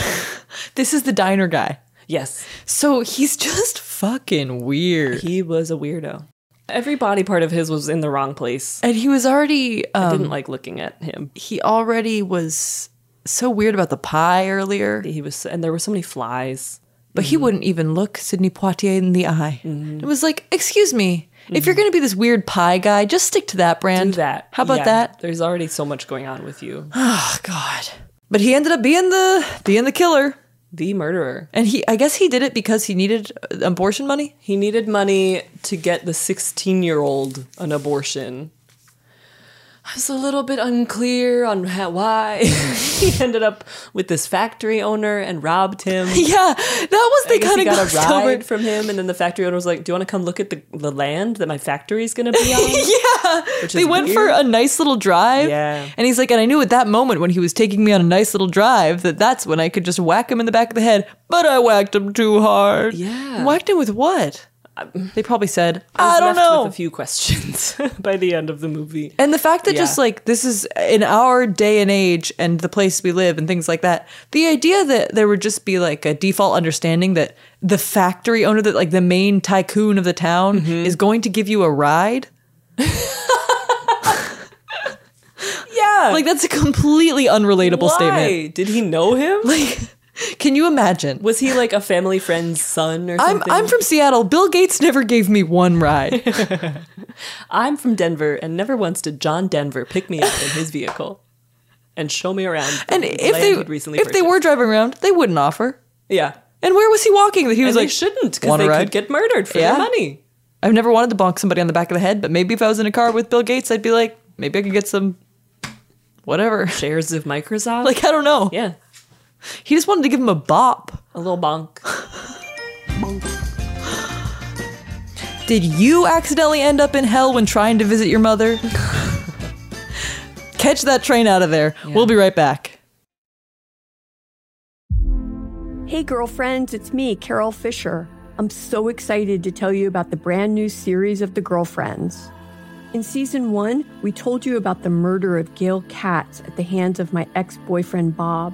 Speaker 3: this is the diner guy.
Speaker 4: Yes.
Speaker 3: So he's just fucking weird.
Speaker 4: He was a weirdo. Every body part of his was in the wrong place.
Speaker 3: And he was already. Um,
Speaker 4: I didn't like looking at him.
Speaker 3: He already was so weird about the pie earlier.
Speaker 4: He was, and there were so many flies.
Speaker 3: But
Speaker 4: Mm-hmm.
Speaker 3: he wouldn't even look Sidney Poitier in the eye. It was like, excuse me, if you're going to be this weird pie guy, just stick to that brand.
Speaker 4: Mm-hmm. That.
Speaker 3: How about
Speaker 4: yeah,
Speaker 3: that?
Speaker 4: There's already so much going on with you.
Speaker 3: Oh God! But he ended up being the being the killer,
Speaker 4: the murderer,
Speaker 3: and he I guess he did it because he needed uh, abortion money.
Speaker 4: He needed money to get the 16 year old an abortion. I was a little bit unclear on how, why he ended up with this factory owner and robbed him.
Speaker 3: Yeah, that was
Speaker 4: I
Speaker 3: the
Speaker 4: guess
Speaker 3: kind
Speaker 4: he
Speaker 3: of
Speaker 4: got a
Speaker 3: covered-
Speaker 4: ride from him, and then the factory owner was like, "Do you want to come look at the, the land that my factory is going to be on?"
Speaker 3: yeah,
Speaker 4: Which
Speaker 3: they
Speaker 4: is
Speaker 3: went
Speaker 4: weird.
Speaker 3: for a nice little drive.
Speaker 4: Yeah.
Speaker 3: and he's like, and I knew at that moment when he was taking me on a nice little drive that that's when I could just whack him in the back of the head. But I whacked him too hard.
Speaker 4: Yeah. Um,
Speaker 3: whacked him with what? They probably said,
Speaker 4: was
Speaker 3: I, don't
Speaker 4: left
Speaker 3: know.
Speaker 4: With a few questions by the end of the movie,
Speaker 3: And the fact that
Speaker 4: Yeah.
Speaker 3: just like this is in our day and age and the place we live and things like that, the idea that there would just be like a default understanding that the factory owner, that like the main tycoon of the town,
Speaker 4: Mm-hmm.
Speaker 3: is going to give you a ride.
Speaker 4: yeah,
Speaker 3: Like that's a completely unrelatable
Speaker 4: Why?
Speaker 3: statement.
Speaker 4: Did he know him?
Speaker 3: Like, can you imagine?
Speaker 4: was he like a family friend's son or
Speaker 3: I'm
Speaker 4: something?
Speaker 3: I'm from Seattle. Bill Gates never gave me one ride.
Speaker 4: I'm from Denver, and never once did John Denver pick me up in his vehicle and show me around. the
Speaker 3: And if
Speaker 4: land
Speaker 3: they
Speaker 4: he'd recently
Speaker 3: if they were driving around, they wouldn't offer.
Speaker 4: yeah,
Speaker 3: And where was he walking that he
Speaker 4: he
Speaker 3: was
Speaker 4: was and like
Speaker 3: like
Speaker 4: they shouldn't because
Speaker 3: "Want a
Speaker 4: they
Speaker 3: ride?"
Speaker 4: could get murdered for
Speaker 3: Yeah.
Speaker 4: their money.
Speaker 3: I've never wanted to bonk somebody on the back of the head, but maybe if I was in a car with Bill Gates, I'd be like, maybe I could get some whatever.
Speaker 4: Shares of Microsoft.
Speaker 3: Like, I don't know.
Speaker 4: Yeah,
Speaker 3: He just wanted to give him a bop.
Speaker 4: a little bonk.
Speaker 3: Did you accidentally end up in hell when trying to visit your mother? Catch that train out of there. We'll be right back.
Speaker 7: Hey, girlfriends, it's me, Carol Fisher. I'm so excited to tell you about the brand new series of The Girlfriends. In season one, we told you about the murder of Gail Katz at the hands of my ex boyfriend, Bob.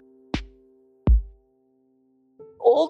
Speaker 6: all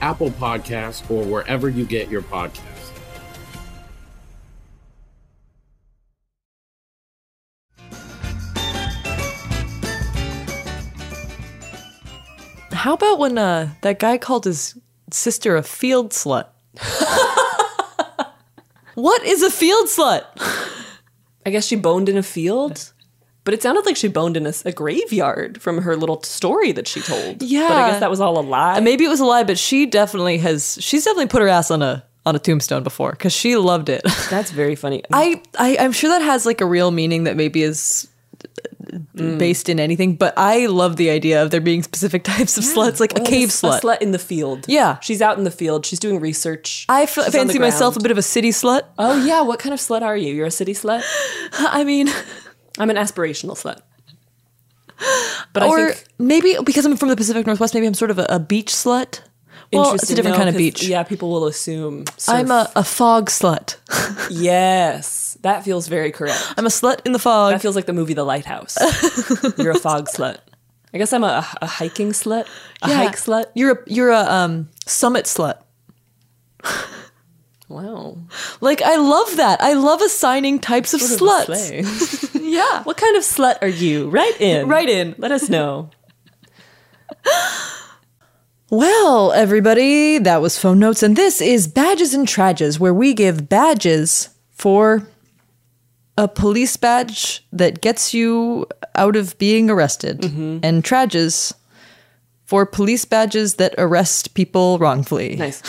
Speaker 8: Apple Podcasts, or wherever you get your podcasts.
Speaker 3: How about when uh, that guy called his sister a field slut? what is a field slut?
Speaker 4: I guess she boned in a field, but it sounded like she boned in a, s- a graveyard from her little story that she told.
Speaker 3: Yeah.
Speaker 4: But I guess that was all a lie.
Speaker 3: And Uh, maybe it was a lie, but she definitely has. She's definitely put her ass on a on a tombstone before because she loved it.
Speaker 4: That's very funny.
Speaker 3: I, I I'm sure that has like a real meaning that maybe is uh,
Speaker 4: Mm.
Speaker 3: based in anything. But I love the idea of there being specific types of sluts, like Oh, a
Speaker 4: Well,
Speaker 3: cave
Speaker 4: A
Speaker 3: slut.
Speaker 4: slut in the field.
Speaker 3: Yeah.
Speaker 4: She's out in the field. She's doing research.
Speaker 3: I f-
Speaker 4: She's on the
Speaker 3: fancy myself a
Speaker 4: ground.
Speaker 3: bit of a city slut.
Speaker 4: Oh, yeah. What kind of slut are you? You're a city slut?
Speaker 3: I mean,
Speaker 4: I'm an aspirational slut. But
Speaker 3: or
Speaker 4: I think.
Speaker 3: maybe because I'm from the Pacific Northwest, maybe I'm sort of a, a beach slut. Well, it's a
Speaker 4: Interesting,
Speaker 3: different
Speaker 4: no,
Speaker 3: kind of
Speaker 4: 'cause,
Speaker 3: beach.
Speaker 4: Yeah, people will assume.
Speaker 3: I'm a, a fog slut.
Speaker 4: Yes, that feels very correct.
Speaker 3: I'm a slut in the fog.
Speaker 4: That feels like the movie The Lighthouse. You're a fog slut. I guess I'm a, a hiking slut. A
Speaker 3: Yeah.
Speaker 4: hike slut.
Speaker 3: You're a you're a um, summit slut.
Speaker 4: Wow.
Speaker 3: Like I love that. I love assigning types of
Speaker 4: Sort of a
Speaker 3: sluts.
Speaker 4: slay. yeah. What kind of slut are you? Right in.
Speaker 3: Write in.
Speaker 4: Let us know.
Speaker 3: Well, everybody, that was Phone Notes, and this is Badges and Trages, where we give badges for a police badge that gets you out of being arrested,
Speaker 4: Mm-hmm.
Speaker 3: and Trages for police badges that arrest people wrongfully.
Speaker 4: Nice.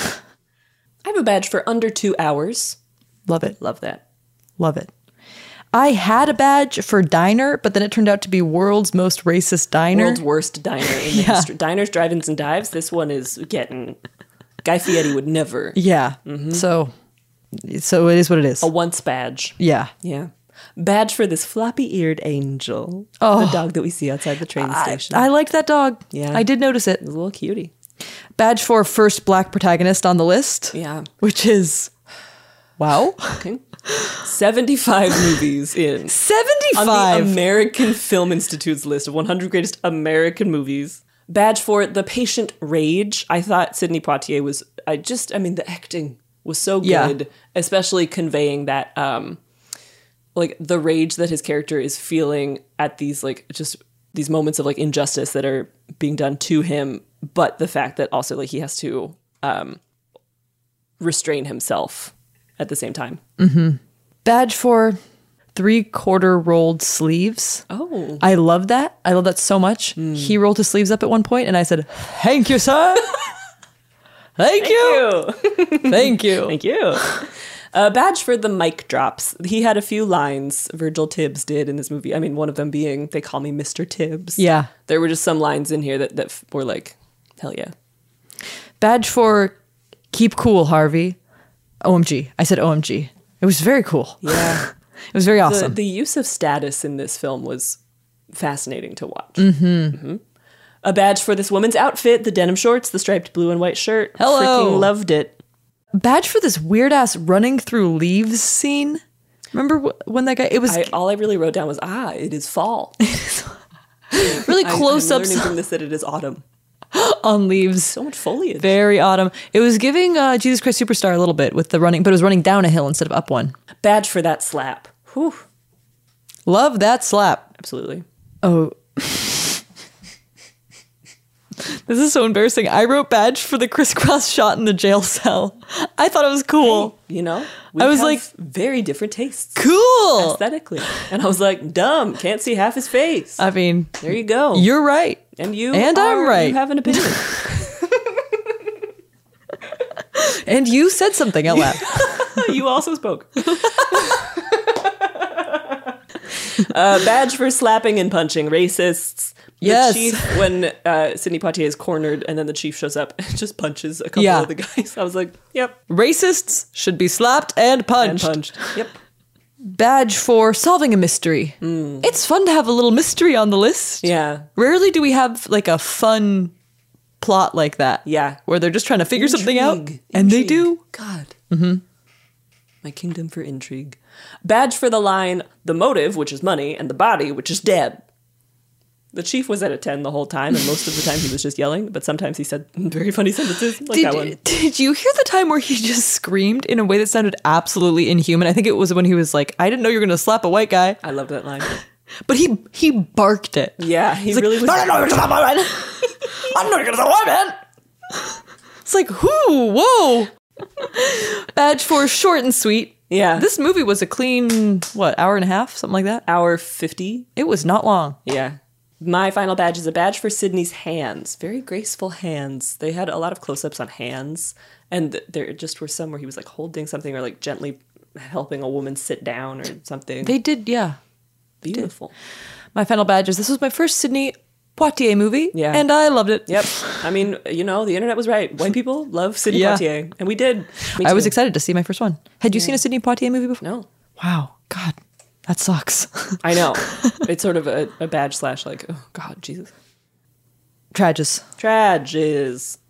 Speaker 4: I have a badge for under two hours.
Speaker 3: Love it.
Speaker 4: Love that.
Speaker 3: Love it. I had a badge for diner, but then it turned out to be world's most racist diner.
Speaker 4: World's worst diner in the
Speaker 3: Yeah.
Speaker 4: history. Diners, drive-ins, and dives. This one is getting. Guy Fieri would never.
Speaker 3: Yeah. So, so it is what it is.
Speaker 4: Mm-hmm. A once badge.
Speaker 3: Yeah.
Speaker 4: Yeah. Badge for this floppy-eared angel.
Speaker 3: Oh.
Speaker 4: The dog that we see outside the train station.
Speaker 3: I liked that dog.
Speaker 4: Yeah.
Speaker 3: I did notice it.
Speaker 4: It was a little cutie.
Speaker 3: Badge for first black protagonist on the list.
Speaker 4: Yeah.
Speaker 3: Which is wow.
Speaker 4: Okay. 75 movies in.
Speaker 3: 75?
Speaker 4: On the American Film Institute's list of 100 greatest American movies. Badge for The Patient Rage. I thought Sidney Poitier was, I just, I mean, the acting was so
Speaker 3: Yeah.
Speaker 4: good, especially conveying that, um, like, the rage that his character is feeling at these, like, just these moments of, like, injustice that are being done to him, but the fact that also, like, he has to um, restrain himself at the same time.
Speaker 3: Mm-hmm. Badge for three quarter rolled sleeves.
Speaker 4: Oh.
Speaker 3: I love that. I love that so much. He rolled his sleeves up at one point and I said, Thank you, sir. Thank, you. Thank you.
Speaker 4: Thank you. A badge for the mic drops. He had a few lines Virgil Tibbs did in this movie. I mean, one of them being, they call me Mr. Tibbs.
Speaker 3: Yeah.
Speaker 4: There were just some lines in here that, that f- were like, hell yeah.
Speaker 3: Badge for keep cool, Harvey. OMG. I said OMG. It was very cool.
Speaker 4: Yeah.
Speaker 3: it was very
Speaker 4: The-
Speaker 3: awesome.
Speaker 4: The, use of status in this film was fascinating to watch.
Speaker 3: mm-hmm.
Speaker 4: Mhm. A badge for this woman's outfit, the denim shorts, the striped blue and white shirt.
Speaker 3: Hello.
Speaker 4: Freaking loved it.
Speaker 3: Badge for this weird ass running through leaves scene. Remember wh- when that guy? It was
Speaker 4: I, all I really wrote down was, ah, it is fall.
Speaker 3: really
Speaker 4: I- I'm
Speaker 3: close ups
Speaker 4: learning from this that it is autumn.
Speaker 3: on leaves. So
Speaker 4: much foliage.
Speaker 3: Very autumn. It was giving uh, Jesus Christ Superstar a little bit with the running, but it was running down a hill instead of up one.
Speaker 4: Badge for that slap. Whew.
Speaker 3: Love that slap.
Speaker 4: Absolutely.
Speaker 3: Oh. This is so embarrassing. I wrote badge for the crisscross shot in the jail cell. I thought it was cool.
Speaker 4: You know,
Speaker 3: I was
Speaker 4: have
Speaker 3: like,
Speaker 4: very different tastes.
Speaker 3: Cool.
Speaker 4: Aesthetically. And I was like, dumb. Can't see half his face.
Speaker 3: I mean,
Speaker 4: there you go.
Speaker 3: Uh, You're right.
Speaker 4: And you
Speaker 3: And I'm
Speaker 4: are-
Speaker 3: right.
Speaker 4: You have an opinion.
Speaker 3: and you said something out loud.
Speaker 4: Oh, you also spoke. uh, badge for slapping and punching racists. The
Speaker 3: Yes.
Speaker 4: chief, when uh, Sidney Poitier is cornered and then the chief shows up and just punches a couple
Speaker 3: Yeah.
Speaker 4: of the guys. I was like, yep.
Speaker 3: Racists should be slapped and punched.
Speaker 4: And punched. Yep.
Speaker 3: Badge for solving a mystery. It's fun to have a little mystery on the list.
Speaker 4: Hmm. Yeah.
Speaker 3: Rarely do we have like a fun plot like that.
Speaker 4: Yeah.
Speaker 3: Where they're just trying to figure something out.
Speaker 4: Intrigue.
Speaker 3: And they do.
Speaker 4: God. Mm-hmm.
Speaker 3: Mhm.
Speaker 4: My kingdom for intrigue. Badge for the line, the motive, which is money, and the body, which is dead. The chief was at a 10 the whole time, and most of the time he was just yelling, but sometimes he said very funny sentences like
Speaker 3: did,
Speaker 4: that one.
Speaker 3: did you hear the time where he just screamed in a way that sounded absolutely inhuman? I think it was when he was like, I didn't know you were going to slap a white guy.
Speaker 4: I love that line.
Speaker 3: But he he barked it.
Speaker 4: Yeah, he
Speaker 3: He's like,
Speaker 4: really was.
Speaker 3: "No, no, no, you're not my man. I know you're gonna slap my man. It's like, whoo, whoa. Badge for short and sweet.
Speaker 4: Yeah.
Speaker 3: This movie was a clean, what, hour and a half? Something like that?
Speaker 4: Hour 50.
Speaker 3: It was not long.
Speaker 4: Yeah. My final badge is a badge for Sydney's hands. Very graceful hands. They had a lot of close ups on hands, and th- there just were some where he was like holding something or like gently helping a woman sit down or something.
Speaker 3: They did, yeah. They did.
Speaker 4: Beautiful.
Speaker 3: My final badge is this was my first Sydney Poitier movie.
Speaker 4: Yeah.
Speaker 3: And I loved it.
Speaker 4: Yep. I mean, you know, the internet was right. White people love Sidney
Speaker 3: Yeah.
Speaker 4: Poitier, and we did. Me
Speaker 3: I was
Speaker 4: too.
Speaker 3: excited to see my first one. Had you
Speaker 4: Yeah.
Speaker 3: seen a Sydney Poitier movie before?
Speaker 4: No.
Speaker 3: Wow. God, that sucks.
Speaker 4: I know. It's sort of a, a badge slash like, oh God, Jesus.
Speaker 3: Trages.
Speaker 4: Trages.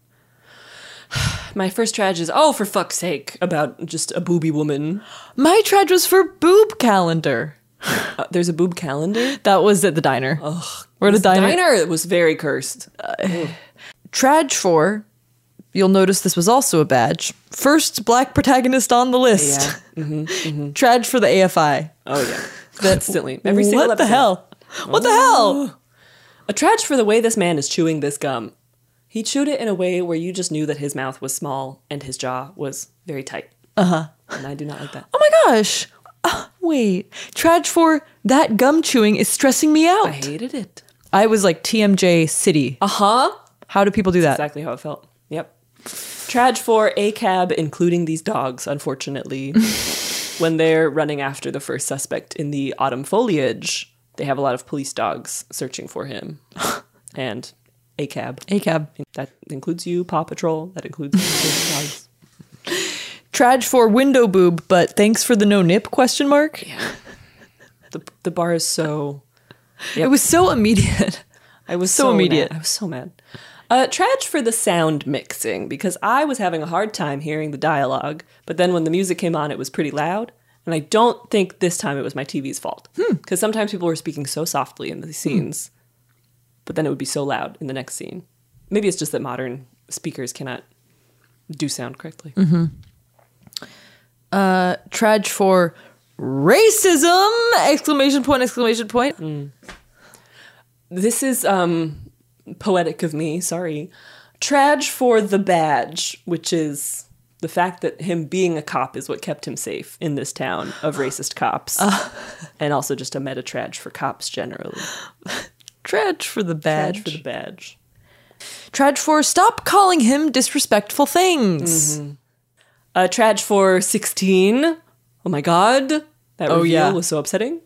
Speaker 4: My first trage is oh for fuck's sake about just a booby woman.
Speaker 3: My trage was for boob calendar.
Speaker 4: Uh, there's a boob calendar.
Speaker 3: That was at the diner.
Speaker 4: Ugh.
Speaker 3: We're at a
Speaker 4: This
Speaker 3: diner.
Speaker 4: diner was very cursed.
Speaker 3: Trage for, you'll notice this was also a badge. First black protagonist on the list. Trage for the AFI.
Speaker 4: Mm-hmm, Oh yeah, constantly. Every
Speaker 3: what
Speaker 4: single
Speaker 3: the
Speaker 4: episode. Oh.
Speaker 3: hell? What the hell?
Speaker 4: A trage for the way this man is chewing this gum. He chewed it in a way where you just knew that his mouth was small and his jaw was very tight.
Speaker 3: Uh huh.
Speaker 4: And I do not like that.
Speaker 3: Oh my gosh. Ah, wait. Trage for that gum chewing is stressing me out. I
Speaker 4: hated it.
Speaker 3: I was like TMJ City. Uh
Speaker 4: huh.
Speaker 3: How do people do that?
Speaker 4: Exactly how it felt. Yep. Trage for a cab, including these dogs, unfortunately. when they're running after the first suspect in the autumn foliage, they have a lot of police dogs searching for him and a cab.
Speaker 3: A cab.
Speaker 4: That includes you, Paw Patrol. That includes the dogs.
Speaker 3: Trage for window boob, but thanks for the no nip question mark.
Speaker 4: The, the bar is so.
Speaker 3: It was so immediate.
Speaker 4: I was
Speaker 3: So
Speaker 4: so,
Speaker 3: immediate.
Speaker 4: mad. I was so mad. Uh, Traj for the sound mixing because I was having a hard time hearing the dialogue, but then when the music came on, it was pretty loud. And I don't think this time it was my TV's fault
Speaker 3: Hmm.
Speaker 4: because sometimes people were speaking so softly in the scenes, but then it would be so loud in the next scene. Maybe it's just that modern speakers cannot do sound correctly.
Speaker 3: Mm-hmm. Uh, Trage for racism! Exclamation point! Exclamation point!
Speaker 4: This is um, poetic of me, sorry. Trage for the badge, which is the fact that him being a cop is what kept him safe in this town of racist cops. and also just a meta trage for cops generally.
Speaker 3: Trage for the badge.
Speaker 4: Trage for the badge.
Speaker 3: Trage for stop calling him disrespectful things.
Speaker 4: Uh, Trage for 16. Oh my god. That
Speaker 3: Oh,
Speaker 4: reveal
Speaker 3: yeah.
Speaker 4: was so upsetting.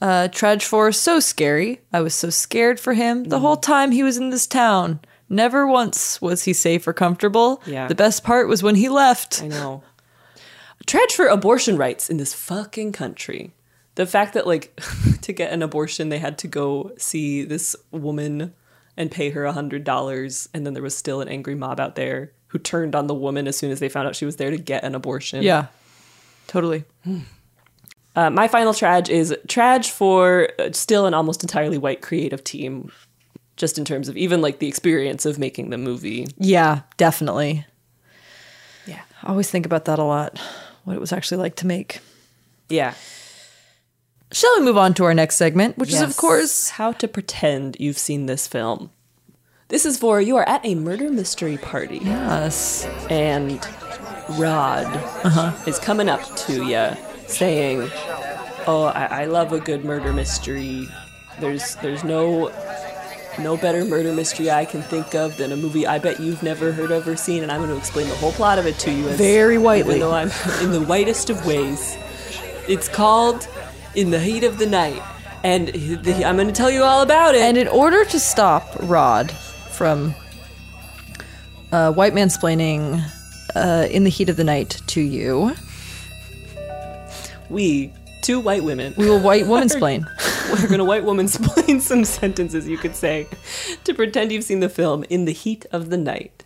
Speaker 3: Uh, Trage for so scary. I was so scared for him the
Speaker 4: Mm.
Speaker 3: whole time he was in this town. Never once was he safe or comfortable.
Speaker 4: Yeah.
Speaker 3: The best part was when he left.
Speaker 4: I know. Trage for abortion rights in this fucking country. The fact that like to get an abortion they had to go see this woman and pay her a hundred dollars, and then there was still an angry mob out there who turned on the woman as soon as they found out she was there to get an abortion.
Speaker 3: Yeah. Totally.
Speaker 4: Uh, my final trage is trage for uh, still an almost entirely white creative team, just in terms of even like the experience of making the movie.
Speaker 3: Yeah, definitely. Yeah. I always think about that a lot, what it was actually like to make.
Speaker 4: Yeah.
Speaker 3: Shall we move on to our next segment, which is, of
Speaker 4: Yes.
Speaker 3: course,
Speaker 4: how to pretend you've seen this film. This is for you are at a murder mystery party.
Speaker 3: Yes. Uh-huh.
Speaker 4: And Rod is coming up to you saying, Oh, I, I love a good murder mystery. There's there's no no better murder mystery I can think of than a movie I bet you've never heard of or seen, and I'm going to explain the whole plot of it to you. as-
Speaker 3: Very whitely.
Speaker 4: Even though I'm in the whitest of ways. It's called In the Heat of the Night, and he- the- I'm going to tell you all about it.
Speaker 3: And in order to stop Rod from uh, white mansplaining uh, in the heat of the night to you,
Speaker 4: we, two white women,
Speaker 3: we will white womansplain.
Speaker 4: we're going to white woman explain some sentences you could say to pretend you've seen the film In the Heat of the Night.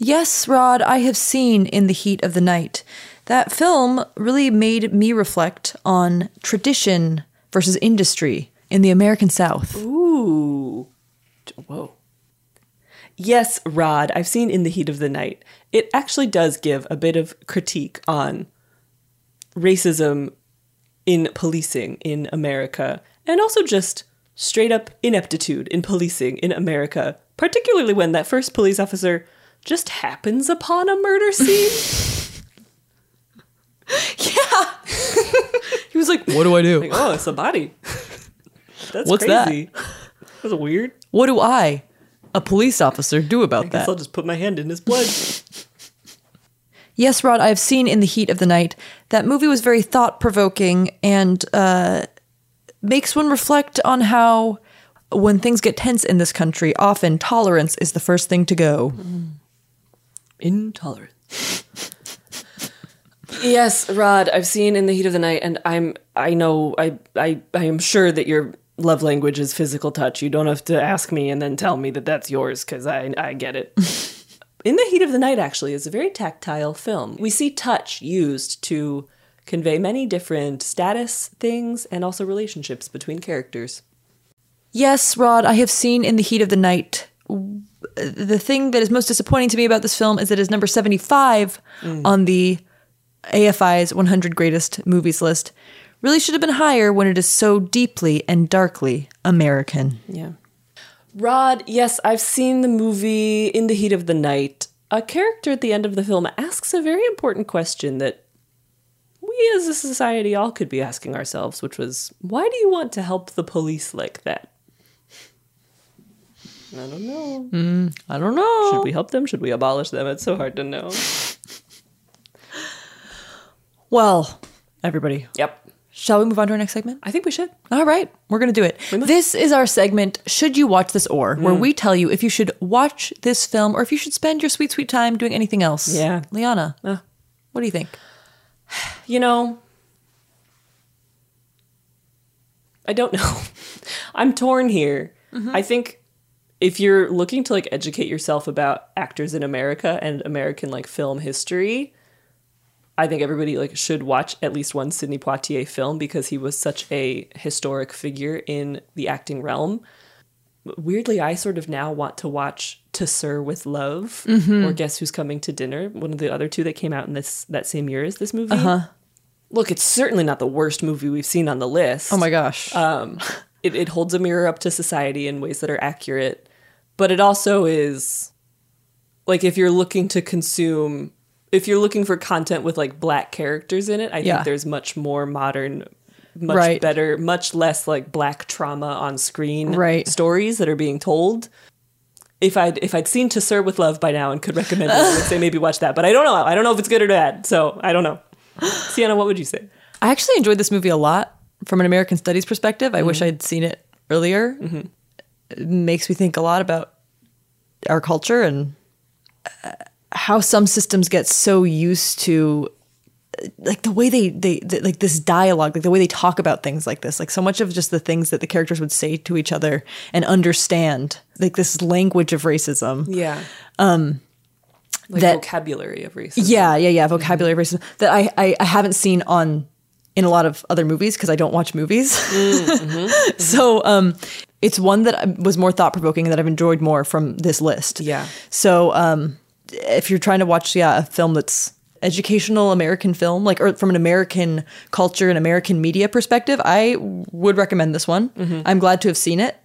Speaker 3: Yes, Rod, I have seen In the Heat of the Night. That film really made me reflect on tradition versus industry in the American South.
Speaker 4: Ooh. Whoa. Yes, Rod, I've seen In the Heat of the Night. It actually does give a bit of critique on racism in policing in America and also just straight up ineptitude in policing in America, particularly when that first police officer just happens upon a murder scene. he was like,
Speaker 3: What do I do?
Speaker 4: Like, oh, it's a body. That's
Speaker 3: What's that?
Speaker 4: crazy. That? That's weird.
Speaker 3: What do I, a police officer, do about
Speaker 4: I
Speaker 3: that?
Speaker 4: guess I'll just put my hand in his blood.
Speaker 3: Yes, Rod, I've seen In the Heat of the Night. That movie was very thought provoking and uh, makes one reflect on how, when things get tense in this country, often tolerance is the first thing to go.
Speaker 4: Intolerant. yes, Rod, I've seen in the heat of the night, and I'm I know I I I am sure that your love language is physical touch. You don't have to ask me and then tell me that that's yours because I I get it. in the heat of the night, actually, is a very tactile film. We see touch used to convey many different status things and also relationships between characters.
Speaker 3: Yes, Rod, I have seen In the Heat of the Night. W- The thing that is most disappointing to me about this film is that it is number 75 on the AFI's 100 Greatest Movies list. Really should have been higher when it is so deeply and darkly American.
Speaker 4: Yeah. Rod, yes, I've seen the movie In the Heat of the Night. A character at the end of the film asks a very important question that we as a society all could be asking ourselves, which was why do you want to help the police like that? I don't know.
Speaker 3: I don't know.
Speaker 4: Should we help them? Should we abolish them? It's so hard to know.
Speaker 3: Well, everybody.
Speaker 4: Yep.
Speaker 3: Shall we move on to our next segment?
Speaker 4: I think we should.
Speaker 3: All right, we're going to do it. This is our segment, Should You Watch This Or, where
Speaker 4: Mm.
Speaker 3: we tell you if you should watch this film or if you should spend your sweet, sweet time doing anything else.
Speaker 4: Yeah. Uh.
Speaker 3: Liana, what do you think?
Speaker 4: You know, I don't know. I'm torn here.
Speaker 3: Mhm.
Speaker 4: I think if you're looking to like educate yourself about actors in America and American like film history, I think everybody like should watch at least one Sidney Poitier film because he was such a historic figure in the acting realm. Weirdly, I sort of now want to watch To Sir with Love
Speaker 3: Mhm.
Speaker 4: or Guess Who's Coming to Dinner, one of the other two that came out in this that same year as this movie.
Speaker 3: Uh-huh.
Speaker 4: Look, it's certainly not the worst movie we've seen on the list.
Speaker 3: Oh my gosh.
Speaker 4: Um, it, it holds a mirror up to society in ways that are accurate, but it also is like if you're looking to consume, if you're looking for content with like black characters in it, I
Speaker 3: Yeah.
Speaker 4: think there's much more modern, much
Speaker 3: Right.
Speaker 4: better, much less like black trauma on screen
Speaker 3: Right.
Speaker 4: stories that are being told. If I'd if I'd seen To Sir with Love by now and could recommend it, I would say maybe watch that. But I don't know. I don't know if it's good or bad. So I don't know. Sienna, what would you say?
Speaker 3: I actually enjoyed this movie a lot from an American studies perspective. I wish
Speaker 4: Mhm.
Speaker 3: I'd seen it earlier. It makes me think a lot about our culture and uh, how some systems get so used to uh, like the way they, they they like this dialogue like the way they talk about things like this like so much of just the things that the characters would say to each other and understand like this language of racism
Speaker 4: Yeah.
Speaker 3: um
Speaker 4: Like
Speaker 3: that
Speaker 4: vocabulary of racism.
Speaker 3: yeah, yeah, yeah. Vocabulary racism that I, I I haven't seen on in a lot of other movies because I don't watch movies. so um, it's one that I- was more thought provoking that I've enjoyed more from this list. Yeah. So um, if you're trying to watch yeah a film that's educational American film like or from an American culture and American media perspective, I would recommend this one.
Speaker 4: Mhm.
Speaker 3: I'm glad to have seen it.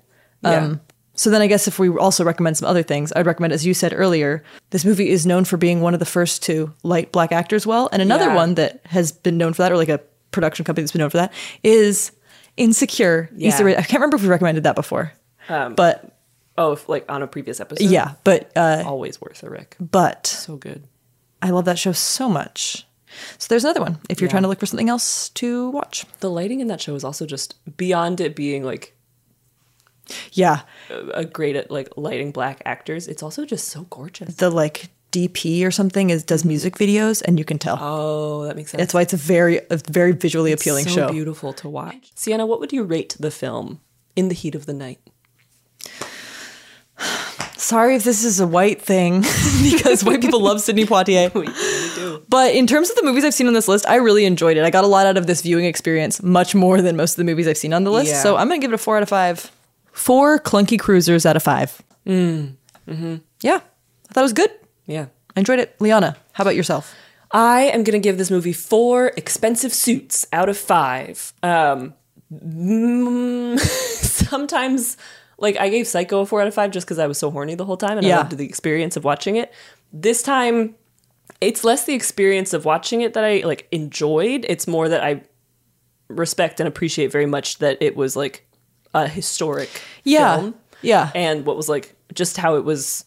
Speaker 3: Um,
Speaker 4: Yeah.
Speaker 3: So then I guess if we also recommend some other things, I'd recommend, as you said earlier, this movie is known for being one of the first to light black actors well. And another
Speaker 4: Yeah.
Speaker 3: one that has been known for that, or like a production company that's been known for that, is Insecure.
Speaker 4: Yeah.
Speaker 3: Issa Rae- I can't remember if we recommended that before.
Speaker 4: Um,
Speaker 3: But-
Speaker 4: oh, if, like on a previous episode.
Speaker 3: Yeah, but, uh,
Speaker 4: always worth a rec.
Speaker 3: But
Speaker 4: so good.
Speaker 3: I love that show so much. So there's another one if you're
Speaker 4: Yeah.
Speaker 3: trying to look for something else to watch.
Speaker 4: The lighting in that show is also just beyond it being like
Speaker 3: Yeah.
Speaker 4: a a great at like lighting black actors. It's also just so gorgeous.
Speaker 3: The like DP or something is does music videos and you can tell.
Speaker 4: Oh, that makes sense.
Speaker 3: That's why it's a very a very visually appealing
Speaker 4: so
Speaker 3: show.
Speaker 4: beautiful to watch. Sienna, what would you rate the film In the Heat of the Night?
Speaker 3: Sorry if this is a white thing because white people love Sidney Poitier. But in terms of the movies I've seen on this list, I really enjoyed it. I got a lot out of this viewing experience, much more than most of the movies I've seen on the list.
Speaker 4: Yeah.
Speaker 3: So I'm going to give it a four out of five. Four clunky cruisers out of five.
Speaker 4: Mm. Mm-hmm.
Speaker 3: Yeah, I thought it was good.
Speaker 4: Yeah.
Speaker 3: I enjoyed it. Liana, how about yourself?
Speaker 4: I am going to give this movie four expensive suits out of five. Um, mm, sometimes, like, I gave Psycho a four out of five just because I was so horny the whole time and
Speaker 3: Yeah.
Speaker 4: I loved the experience of watching it. This time, it's less the experience of watching it that I, like, enjoyed. It's more that I respect and appreciate very much that it was, like, a historic
Speaker 3: Yeah.
Speaker 4: film
Speaker 3: Yeah.
Speaker 4: and what was like just how it was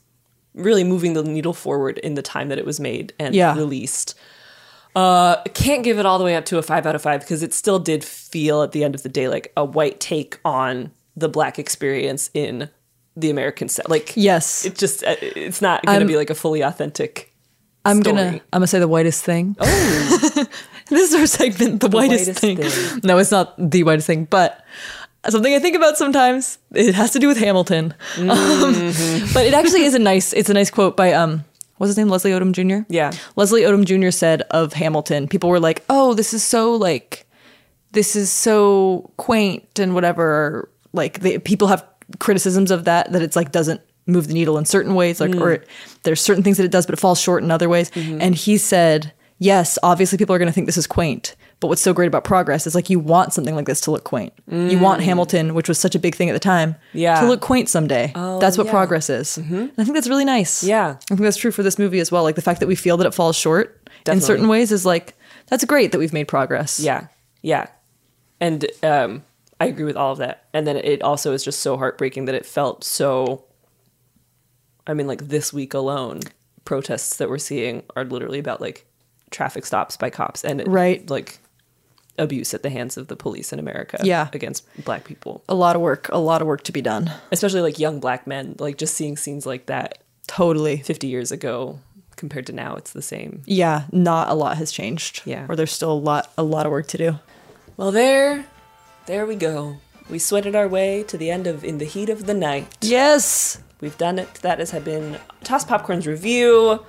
Speaker 4: really moving the needle forward in the time that it was made and
Speaker 3: Yeah.
Speaker 4: released. Uh, can't give it all the way up to a five out of five because it still did feel at the end of the day like a white take on the black experience in the American set. Like,
Speaker 3: yes, Um,
Speaker 4: it just uh, it's not going to
Speaker 3: I'm-
Speaker 4: be like a fully authentic.
Speaker 3: I'm
Speaker 4: story.
Speaker 3: gonna I'm gonna say the whitest thing. Oh, this is our segment, the, whitest,
Speaker 4: whitest
Speaker 3: thing. No, it's not the whitest thing, but something I think about sometimes. It has to do with Hamilton, Um, but it actually is a nice. It's a nice quote by um. What's his name? Leslie Odom Jr.
Speaker 4: Yeah.
Speaker 3: Leslie Odom Jr. said of Hamilton, people were like, "Oh, this is so like, this is so quaint and whatever." Like they, people have criticisms of that that it's like doesn't move the needle in certain ways, like
Speaker 4: Mm.
Speaker 3: or it, there's certain things that it does, but it falls short in other ways.
Speaker 4: Mhm.
Speaker 3: And he said, "Yes, obviously people are going to think this is quaint." But what's so great about progress is like you want something like this to look quaint. You want
Speaker 4: Mm.
Speaker 3: Hamilton, which was such a big thing at the time,
Speaker 4: Yeah.
Speaker 3: to look quaint someday.
Speaker 4: Oh,
Speaker 3: that's what
Speaker 4: yeah. Mm-hmm.
Speaker 3: progress is. And I think that's really nice. Yeah. I think that's true for this movie as well. Like the fact that we feel that it falls short
Speaker 4: Definitely.
Speaker 3: in certain ways is like, that's great that we've made progress.
Speaker 4: Yeah. Yeah. And um I agree with all of that. And then it also is just so heartbreaking that it felt so I mean like this week alone protests that we're seeing are literally about like traffic stops by cops and
Speaker 6: Right.
Speaker 4: like abuse at the hands of the police in America
Speaker 6: Yeah.
Speaker 4: against black people.
Speaker 6: A lot of work, a lot of work to be done.
Speaker 4: Especially like young black men, like just seeing scenes like that
Speaker 6: totally
Speaker 4: 50 years ago compared to now it's the same.
Speaker 6: Yeah, not a lot has changed.
Speaker 4: Yeah.
Speaker 6: Or there's still a lot a lot of work to do.
Speaker 4: Well, there there we go. We sweated our way to the end of In the Heat of the Night.
Speaker 6: Yes.
Speaker 4: We've done it. That has been Toss Popcorn's review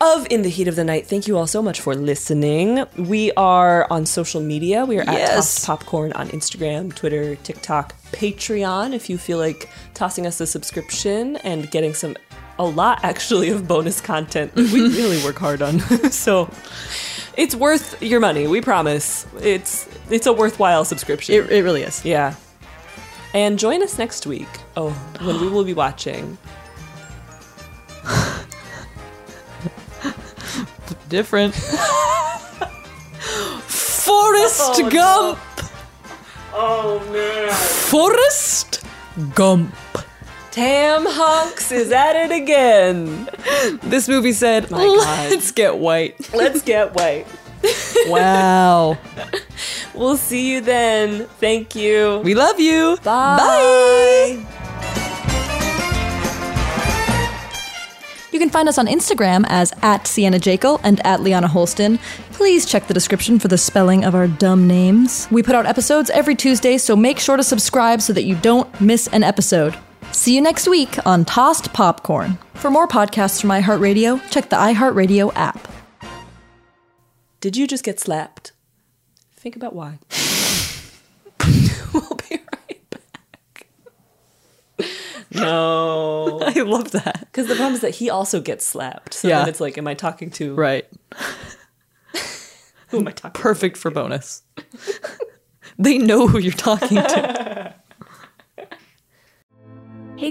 Speaker 4: of In the Heat of the Night. Thank you all so much for listening. We are on social media. We are at
Speaker 6: Yes.
Speaker 4: Tossed Popcorn on Instagram, Twitter, TikTok, Patreon. If you feel like tossing us a subscription and getting some a lot actually of bonus content that we really work hard on. so it's worth your money, we promise. It's it's a worthwhile subscription. It,
Speaker 6: it really is.
Speaker 4: Yeah. And join us next week. Oh, when we will be watching
Speaker 6: Different. Forrest
Speaker 4: Oh, no.
Speaker 6: Gump.
Speaker 4: Oh man.
Speaker 6: Forrest Gump.
Speaker 4: Tam Honks is at it again.
Speaker 6: This movie said,
Speaker 4: My God.
Speaker 6: "Let's get white."
Speaker 4: Let's get white.
Speaker 6: Wow.
Speaker 4: We'll see you then. Thank you.
Speaker 6: we love you.
Speaker 4: Bye.
Speaker 6: You can find us on Instagram as at Sienna Jekyll and at Liana Holston. Please check the description for the spelling of our dumb names. We put out episodes every Tuesday, so make sure to subscribe so that you don't miss an episode. See you next week on Tossed Popcorn. For more podcasts from iHeartRadio, check the iHeartRadio app.
Speaker 4: Did you just get slapped? Think about why. we'll be right back. No.
Speaker 6: I love that.
Speaker 4: Because the problem is that he also gets slapped. So
Speaker 6: Yeah.
Speaker 4: then it's like, am I talking to
Speaker 6: Right.
Speaker 4: who am I talking
Speaker 6: Perfect for bonus. they know who you're talking to.
Speaker 7: Hey,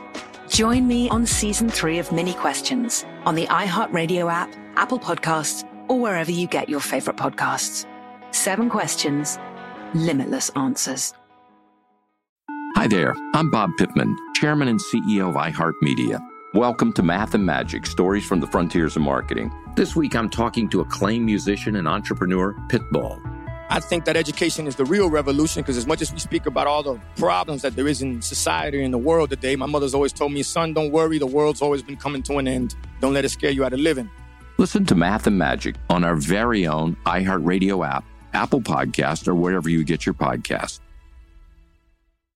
Speaker 1: Join me on season three of Mini Questions on the iHeartRadio app, Apple Podcasts, or wherever you get your favorite podcasts. Seven questions, limitless answers.
Speaker 3: Hi there, I'm Bob Pittman, Chairman and CEO of iHeartMedia. Welcome to Math and Magic Stories from the Frontiers of Marketing. This week I'm talking to acclaimed musician and entrepreneur, Pitbull.
Speaker 5: I think that education is the real revolution because as much as we speak about all the problems that there is in society and the world today, my mother's always told me, son, don't worry, the world's always been coming to an end. Don't let it scare you out of living.
Speaker 3: Listen to Math and Magic on our very own iHeartRadio app, Apple Podcast, or wherever you get your podcasts.